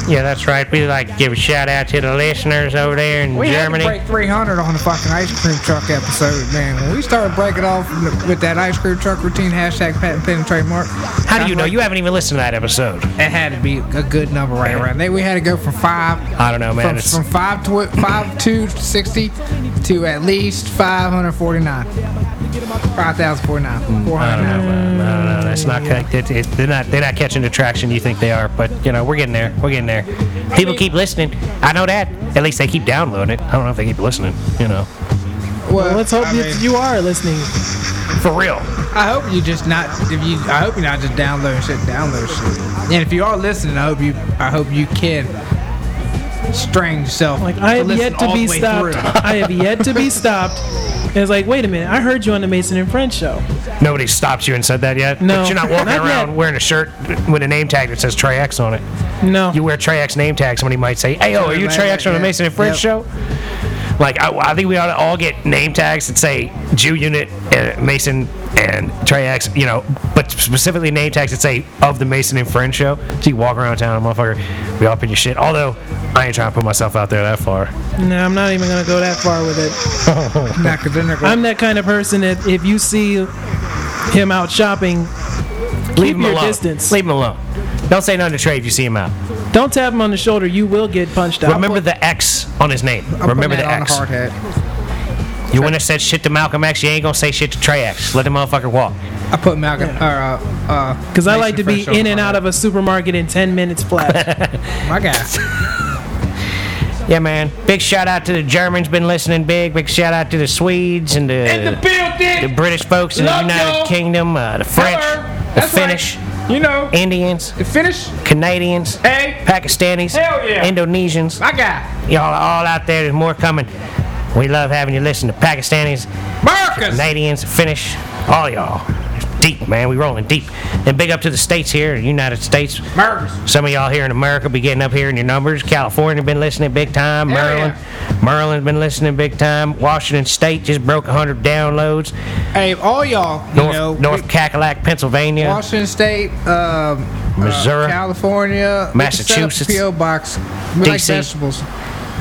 S1: Yeah, that's right. We'd like to give a shout out to the listeners over there in
S4: We
S1: Germany.
S4: had to break 300 on the fucking ice cream truck episode, man. When we started breaking off with that ice cream truck routine hashtag patent pending trademark,
S1: How do you know? You haven't even listened to that episode.
S4: it had to be a good number right around. Then we had to go from five.
S1: I don't know, man.
S4: From,
S1: it's
S4: from five to five to sixty to at least five hundred forty nine. Five thousand forty nine. Four
S1: Mm, I
S4: hundred
S1: don't know.
S4: nine.
S1: man. I don't know. That's not it, it, they're not they're not catching the traction you think they are, but you know we're getting there. We're getting there. People keep listening. I know that. At least they keep downloading it. I don't know if they keep listening. You know,
S2: Well, let's hope
S4: I
S2: that
S4: mean,
S2: you are listening.
S1: for real.
S4: I hope you just not. If you, I hope you're not just downloading shit. Download shit. And if you are listening, I hope you. I hope you can strain yourself.
S2: Like I have
S4: listen
S2: yet to
S4: all
S2: be
S4: the way
S2: stopped.
S4: through.
S2: I have yet to be stopped. And it's like, wait a minute, I heard you on the Mason and Friend show.
S1: Nobody stopped you and said that yet.
S2: No.
S1: But you're not walking
S2: Not
S1: around
S2: yet.
S1: wearing a shirt with a name tag that says Trey X on it.
S2: No.
S1: You wear Trey X name tag, somebody might say, "Hey, yo, are you Trey X from the
S4: Yeah.
S1: Mason and French show?" Like, I, I think we ought to all get name tags that say Jew Unit, uh, Mason, and Trey X. You know, but specifically name tags that say of the Mason and French show. So you walk around town, motherfucker, we all in your shit. Although I ain't trying to put myself out there that far.
S2: No, I'm not even gonna go that far with it.
S4: Nah, 'cause then they're gonna-
S2: I'm that kind of person that if you see him out shopping,
S1: Leave him
S2: your
S1: alone.
S2: distance.
S1: Leave him alone. Don't say nothing to Trey if you see him out.
S2: don't tap him on the shoulder. You will get punched out.
S1: Remember the X on his name.
S4: I'm putting
S1: Remember
S4: that
S1: the
S4: on
S1: X.
S4: hard hat.
S1: You wouldn't have said shit to Malcolm X. You ain't gonna say shit to Trey X. Let the motherfucker walk.
S4: I put Malcolm. Uh, uh,
S2: Because I
S4: Mason
S2: like to be
S4: French on
S2: in and
S4: hard
S2: out of a supermarket in 10 minutes flat.
S4: hat. My guy.
S1: Yeah, man. Big shout out to the Germans been listening big. Big shout out to the Swedes and the,
S3: In the
S1: the
S3: building!
S1: British folks in the
S3: Love
S1: United
S3: y'all.
S1: Kingdom, uh, the French, the
S4: That's right.
S1: Finnish,
S4: You know,
S1: Indians,
S4: the finish.
S1: Canadians,
S3: Hey,
S1: Pakistanis,
S3: Hell yeah.
S1: Indonesians.
S4: My guy.
S1: Y'all are all out there. There's more coming. We love having you listen to Pakistanis,
S4: Marcus.
S1: Canadians, Finnish, all y'all. It's Deep, man. We rolling deep. And big up to the states here, the United States.
S4: Marcus.
S1: Some of y'all here in America be getting up here in your numbers. California been listening big time.
S4: Hell yeah.
S1: Maryland, Maryland's been listening big time. Washington State just broke 100 downloads.
S4: Hey, all y'all. You
S1: North,
S4: know,
S1: North
S4: we-
S1: Cackalack, Pennsylvania.
S4: Washington State, um, uh,
S1: Missouri.
S4: California, we can set up a
S1: Massachusetts.
S4: PO box. We like
S1: DC.
S4: vegetables.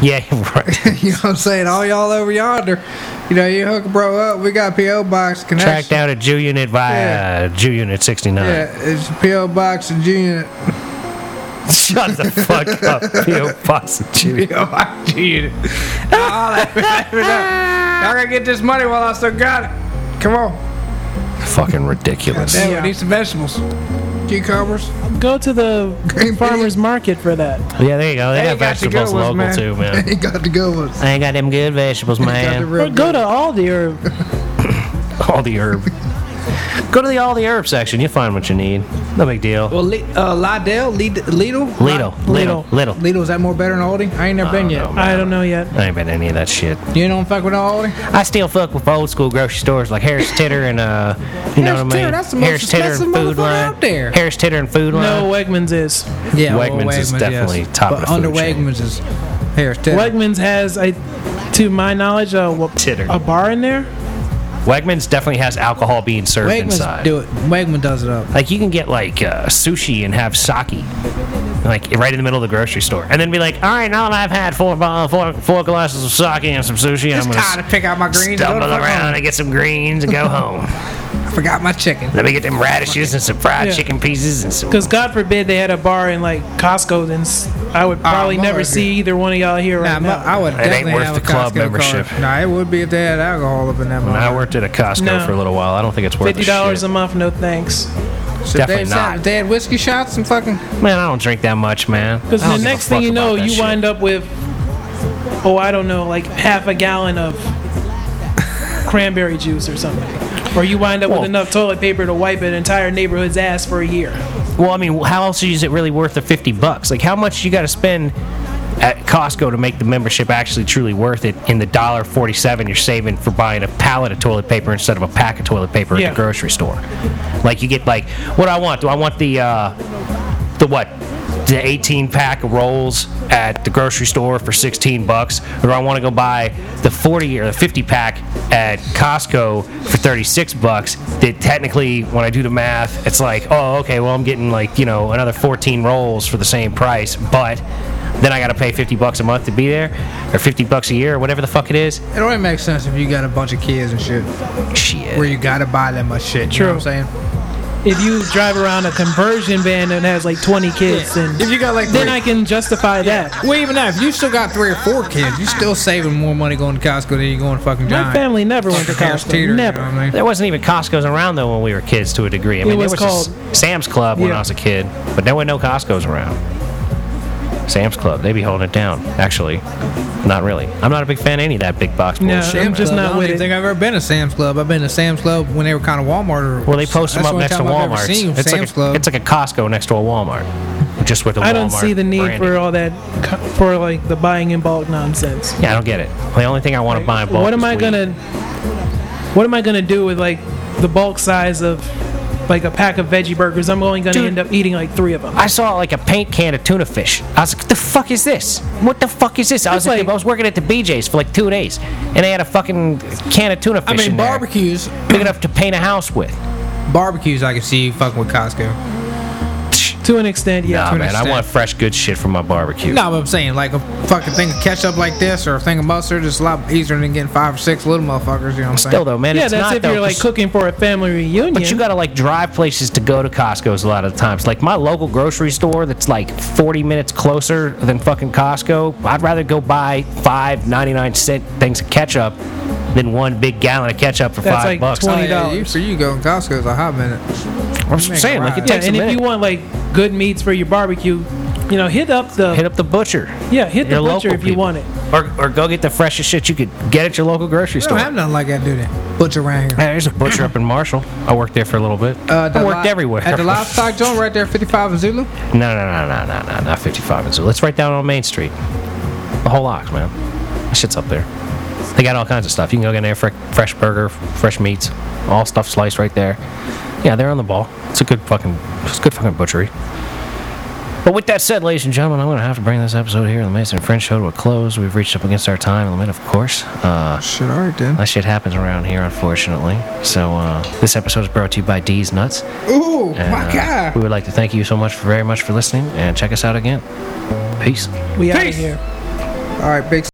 S1: Yeah, right.
S4: you know what I'm saying? All y'all over yonder. You know, you hook a bro up. We got PO box connection.
S1: Track down at Jew Unit via uh, Jew Unit 69.
S4: Yeah, it's PO box and junior.
S1: Shut the fuck up, P.O. Box Jew Unit.
S4: PO box junior. All that- y'all gotta get this money while I still got it. Come on.
S1: Fucking ridiculous.
S4: Damn,
S2: Yeah.
S4: we need some vegetables. Cucumbers.
S2: Go to the
S4: Green
S2: farmer's market for that.
S1: Yeah, there you go. They got vegetables
S4: ones,
S1: local too, man.
S4: They got the good ones.
S1: I ain't got them good vegetables,
S4: Got the
S1: man.
S4: real
S2: Or go to
S4: good.
S2: Aldi or
S1: All the herb. Go to the all the herb section. You'll find what you need. No big deal.
S4: Well, Le- uh, Liddell, Lid- Lidl,
S1: Little, little,
S2: Lidl.
S1: little.
S4: Lidl, is that more better than Aldi? I ain't never been yet.
S2: I don't know yet.
S1: I ain't been any of that shit.
S4: You don't fuck with Aldi?
S1: I still fuck with old school grocery stores like Harris Titter and uh, you know what I mean?
S4: Harris Titter, that's the most
S1: Harris Titter and
S4: expensive
S1: Food
S4: motherfucker
S1: Line.
S4: out there.
S1: Harris Titter and Food
S2: No,
S1: Line.
S2: Wegmans is.
S4: Yeah,
S1: Wegmans is definitely top of
S4: But
S1: the food
S4: under
S1: chain.
S4: Wegmans is Harris Teeter.
S2: Wegmans has, I, to my knowledge, a, wa-
S1: Titter.
S2: a bar in there.
S1: Wegmans definitely has alcohol being served
S4: Wegmans
S1: inside.
S4: do it. Wegman does it up.
S1: Like you can get like uh, sushi and have sake, like right in the middle of the grocery store, and then be like, all right, now that I've had four bo- four, four glasses of sake and some sushi, I'm gonna
S4: Tired to pick out my greens. and go
S1: stumble
S4: to fuck
S1: around and get some greens and go home.
S4: home. Forgot my chicken.
S1: Let me get them radishes and some fried
S2: Yeah.
S1: chicken pieces and some.
S2: Because God forbid they had a bar in like Costco, then s- I would probably
S4: my
S2: never
S4: Lord.
S2: see either one of y'all here
S4: Ah, Nah,
S2: right
S4: my-
S2: now.
S4: I would
S1: It ain't
S4: definitely
S1: worth
S4: have
S1: the
S4: a
S1: club
S4: Costco card.
S1: membership.
S4: Nah, it would be if they had alcohol up in that
S1: When
S4: motherfucker.
S1: I worked at a Costco
S2: No.
S1: for a little while. I don't think it's worth
S2: Fifty dollars a
S1: a
S2: month, no thanks.
S4: So if they
S1: Definitely
S4: had-
S1: not.
S4: If they had whiskey shots and fucking.
S1: shit. Man, I don't drink that much, man.
S2: Because the next thing you know, you wind up with, oh, I don't know, like half a gallon of cranberry juice or something. or you wind up
S1: Well-
S2: with enough toilet paper to wipe an entire neighborhood's ass for a year.
S1: Well, I mean, how else is it really worth the 50 bucks? Like, how much you got to spend at Costco to make the membership actually truly worth it in the dollar 47 you're saving for buying a pallet of toilet paper instead of a pack of toilet paper at
S2: Yeah.
S1: the grocery store? Like, you get, like, what do I want? Do I want the, uh, the what? The 18 pack of rolls at the grocery store for 16 bucks, or do I want to go buy the 40 or the 50 pack at Costco for 36 bucks? That technically, when I do the math, it's like, oh, okay, well, I'm getting like you know another 14 rolls for the same price, but then I got to pay 50 bucks a month to be there, or 50 bucks a year, or whatever the fuck it is.
S4: It only makes sense if you got a bunch of kids and shit, where
S1: Shit.
S4: you gotta buy that much shit. You know what I'm saying?
S2: if you drive around a conversion van and has like 20 kids, then
S4: If you got like
S2: then
S4: three-
S2: I can justify that.
S4: Well, even that, if you still got three or four kids, you still saving more money going to Costco than you going to fucking Giant.
S2: My family never went to
S4: Fucking Harris
S2: Costco.
S4: Teeter, you
S2: never.
S4: know what I mean?
S1: There wasn't even Costco's around though when we were kids to a degree. I mean,
S2: was
S1: there was just Sam's Club when
S2: Yeah.
S1: I was a kid, but there were no Costco's around. Sam's Club, they be holding it down. Actually, not really. I'm not a big fan of any of that big box
S2: No,
S1: bullshit.
S2: I'm
S1: man.
S2: just
S4: Club.
S2: not
S4: I don't
S2: with
S4: even
S2: it.
S4: think I've ever been to Sam's Club. I've been to Sam's Club when they were kind of Walmart. Or
S1: well, they post them up
S4: That's the only
S1: next to
S4: time I've ever
S1: Walmart.
S4: seen
S1: It's like
S4: Sam's
S1: a,
S4: Club.
S1: it's like a Costco next to a Walmart, just with a
S2: I don't
S1: Walmart
S2: see the need
S1: branding.
S2: for all that co- for like the buying in bulk nonsense.
S1: Yeah, I don't get it. The only thing I want to buy in bulk.
S2: what am
S1: is
S2: I
S1: weed.
S2: gonna What am I gonna do with like the bulk size of like a pack of veggie burgers? I'm only gonna
S1: Dude.
S2: end up eating like three of them.
S1: I saw like a paint can of tuna fish. I was like, "What the fuck is this? What the fuck is this?" I was
S2: It's
S1: like,
S2: like-
S1: I was working at the BJ's for like two days, and they had a fucking can of tuna fish.
S4: I mean,
S1: in there,
S4: barbecues.
S1: big enough to paint a house with.
S4: Barbecues, I can see you fucking with Costco.
S2: to an extent, yeah.
S1: Nah,
S4: to an
S1: man, I
S4: extent.
S1: want fresh, good shit from my barbecue.
S4: No, but I'm saying like a fucking thing of ketchup like this or a thing of mustard is a lot easier than getting five or six little motherfuckers. You know what I'm saying?
S1: Still though, man,
S2: yeah,
S1: it's
S2: that's
S1: not
S2: if
S1: though,
S2: you're like
S1: 'cause-
S2: cooking for a family reunion.
S1: But you gotta like drive places to go to Costco's a lot of the times. Like my local grocery store that's like 40 minutes closer than fucking Costco. I'd rather go buy five 99 cent things of ketchup than one big gallon of ketchup for
S2: That's
S1: five
S2: like
S1: bucks.
S4: Oh,
S2: $20.
S4: yeah, you, so you go to Costco is a hot minute.
S1: I'm just
S4: make a
S1: saying, like it
S4: ride.
S2: yeah,
S1: takes
S2: and
S1: a
S2: if
S1: minute.
S2: you want like good meats for your barbecue, you know, hit up the
S1: Hit up the butcher.
S2: Yeah, hit the
S1: Your
S2: butcher
S1: local
S2: if you
S1: people.
S2: want it.
S1: Or, or go get the freshest shit you could get at your local grocery
S4: I don't
S1: store.
S4: have nothing like that, do they? Butcher around here. Uh,
S1: Hey, there's a butcher up in Marshall. I worked there for a little bit.
S2: Uh,
S4: the
S1: I worked
S4: li-
S1: everywhere.
S4: At the livestock joint right there, 55 and Zulu.
S1: No, no, no, no, no, no, not 55 and Zoo. Let's right down on Main Street. The whole lot, man. That shit's up there. They got all kinds of stuff. You can go get there for fresh burger, fresh meats, all stuff sliced right there. Yeah, they're on the ball. It's a good fucking, it's a good fucking butchery. But with that said, ladies and gentlemen, I'm going to have to bring this episode here of the Mason and French Show to a close. We've reached up against our time limit, of course. Uh,
S4: Shit, all right then.
S1: that shit happens around here, unfortunately. So uh, this episode is brought to you by D's Nuts.
S4: Ooh,
S1: And,
S4: my
S1: uh,
S4: God.
S1: We would like to thank you so much, very much for listening, and check us out again. Peace.
S2: We out
S4: Peace.
S2: here.
S4: All right, big